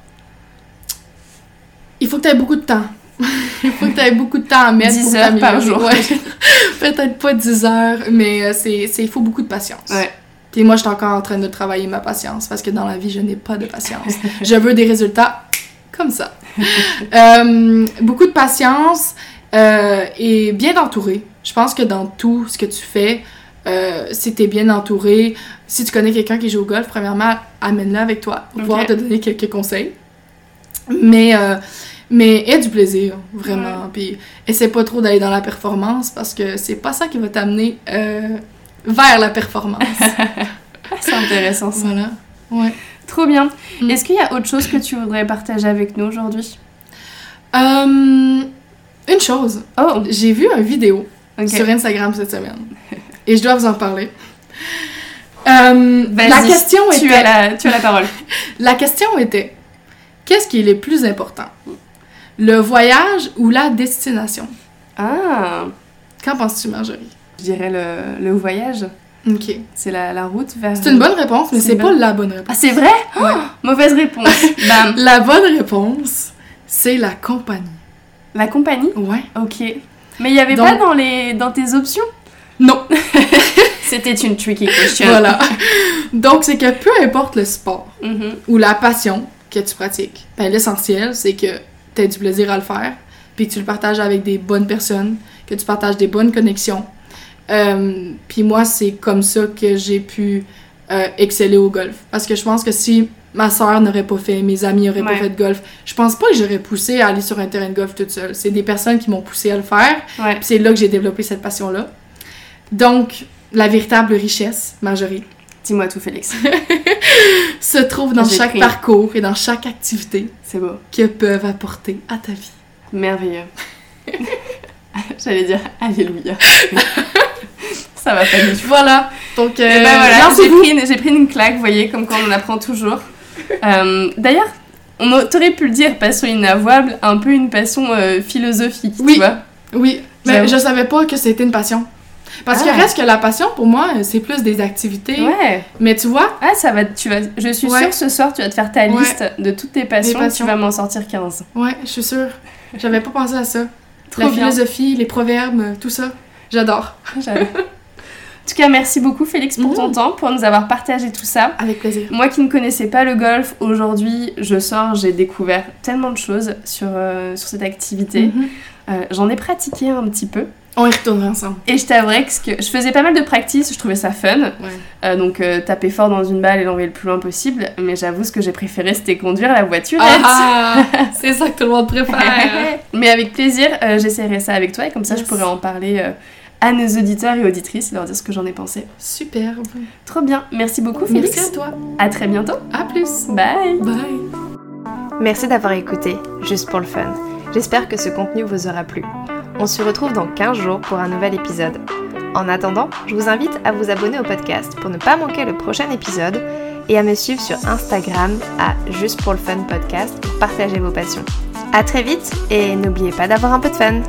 <laughs> Il faut que tu aies beaucoup de temps. <laughs> Il faut que tu aies beaucoup de temps à mettre. 10 pour heures par t'améliorer. jour. Ouais. <laughs> Peut-être pas 10 heures, mais euh, c'est, c'est- il faut beaucoup de patience. Ouais. Puis moi, je suis encore en train de travailler ma patience parce que dans la vie, je n'ai pas de patience. je veux des résultats <laughs> comme ça. Euh, beaucoup de patience euh, et bien entouré. Je pense que dans tout ce que tu fais, euh, si tu es bien entouré, si tu connais quelqu'un qui joue au golf, premièrement, amène-le avec toi pour Ok. pouvoir te donner quelques conseils. Mais, euh, mais aie du plaisir, vraiment. Puis essaie pas trop d'aller dans la performance parce que c'est pas ça qui va t'amener euh, vers la performance. <laughs> C'est intéressant ça. voilà. Ouais. Trop bien. Mm. Est-ce qu'il y a autre chose que tu voudrais partager avec nous aujourd'hui Euh, une chose, Oh, j'ai vu une vidéo ok. sur Instagram cette semaine et je dois vous en parler. Euh, Vas-y, la question Ben, tu, était, as la, tu as la parole. la question était, qu'est-ce qui est le plus important, le voyage ou la destination <laughs> Ah, Qu'en penses-tu, Marjorie je dirais le, le voyage. Ok. C'est la, la route vers. C'est une bonne réponse, mais Euh, C'est c'est une pas bonne- la bonne réponse. Ah, c'est vrai Ouais. Mauvaise réponse. <laughs> Bam. La bonne réponse, c'est la compagnie. La compagnie Ouais. Ok. Mais il n'y avait Donc- pas dans, les, dans tes options Non. C'était une tricky question. <laughs> Voilà. Donc, c'est que peu importe le sport Mhm. ou la passion que tu pratiques, ben, l'essentiel, c'est que tu aies du plaisir à le faire, puis que tu le partages avec des bonnes personnes, que tu partages des bonnes connexions. Euh, puis moi, c'est comme ça que j'ai pu euh, exceller au golf. Parce que je pense que si ma soeur n'aurait pas fait, mes amis n'auraient Ouais. pas fait de golf, je pense pas que j'aurais poussé à aller sur un terrain de golf toute seule. C'est des personnes qui m'ont poussé à le faire, Ouais. puis c'est là que j'ai développé cette passion-là. Donc, la véritable richesse, Marjorie, Dis-moi tout, <laughs> Félix. se trouve dans J'ai chaque pris. parcours et dans chaque activité C'est beau. que peuvent apporter à ta vie. <laughs> Merveilleux. J'allais dire <laughs> Alléluia. Ça va pas du tout. Voilà. Donc, euh, Eh ben voilà, j'ai lancez-vous. pris, une- j'ai pris une claque, vous voyez, comme quand on en apprend toujours. Euh, D'ailleurs, on a- t'aurais pu le dire, passion inavouable, un peu une passion euh, philosophique, Oui. tu vois. Oui, mais J'avoue. je savais pas que c'était une passion. Parce Ah. que reste que la passion, pour moi, euh, c'est plus des activités. Ouais. Mais tu vois, Ah, ça va, tu vas, je suis Ouais. sûre ce soir, tu vas te faire ta Ouais. liste de toutes tes passions, passions. tu vas m'en sortir 15. ouais, je suis sûre. J'avais pas pensé à ça. <laughs> Trop la bien. philosophie, les proverbes, euh, tout ça. J'adore. J'adore. En tout cas, merci beaucoup Félix Mm. pour ton temps, pour nous avoir partagé tout ça. Avec plaisir. Moi qui ne connaissais pas le golf, aujourd'hui je sors, j'ai découvert tellement de choses sur, euh, sur cette activité. Mhm. Euh, J'en ai pratiqué un petit peu. On y retournera ensemble. Et je t'avouerais que ce que- je faisais pas mal de practice, je trouvais ça fun. Ouais. Euh, donc euh, taper fort dans une balle et l'envoyer le plus loin possible. Mais j'avoue, ce que j'ai préféré, c'était conduire la voiture. <laughs> Ah, ah, c'est ça que tout le monde préfère. Mais avec plaisir, euh, j'essaierai ça avec toi et comme ça, je Yes. pourrai en parler euh, à nos auditeurs et auditrices, leur dire ce que j'en ai pensé. Superbe. Trop bien, merci beaucoup Félix. Merci à toi. À très bientôt. À plus. Bye. Bye. Merci d'avoir écouté, juste pour le fun. J'espère que ce contenu vous aura plu. On se retrouve dans 15 jours pour un nouvel épisode. En attendant, je vous invite à vous abonner au podcast pour ne pas manquer le prochain épisode et à me suivre sur Instagram à Juste pour le Fun Podcast pour partager vos passions. À très vite et n'oubliez pas d'avoir un peu de fun!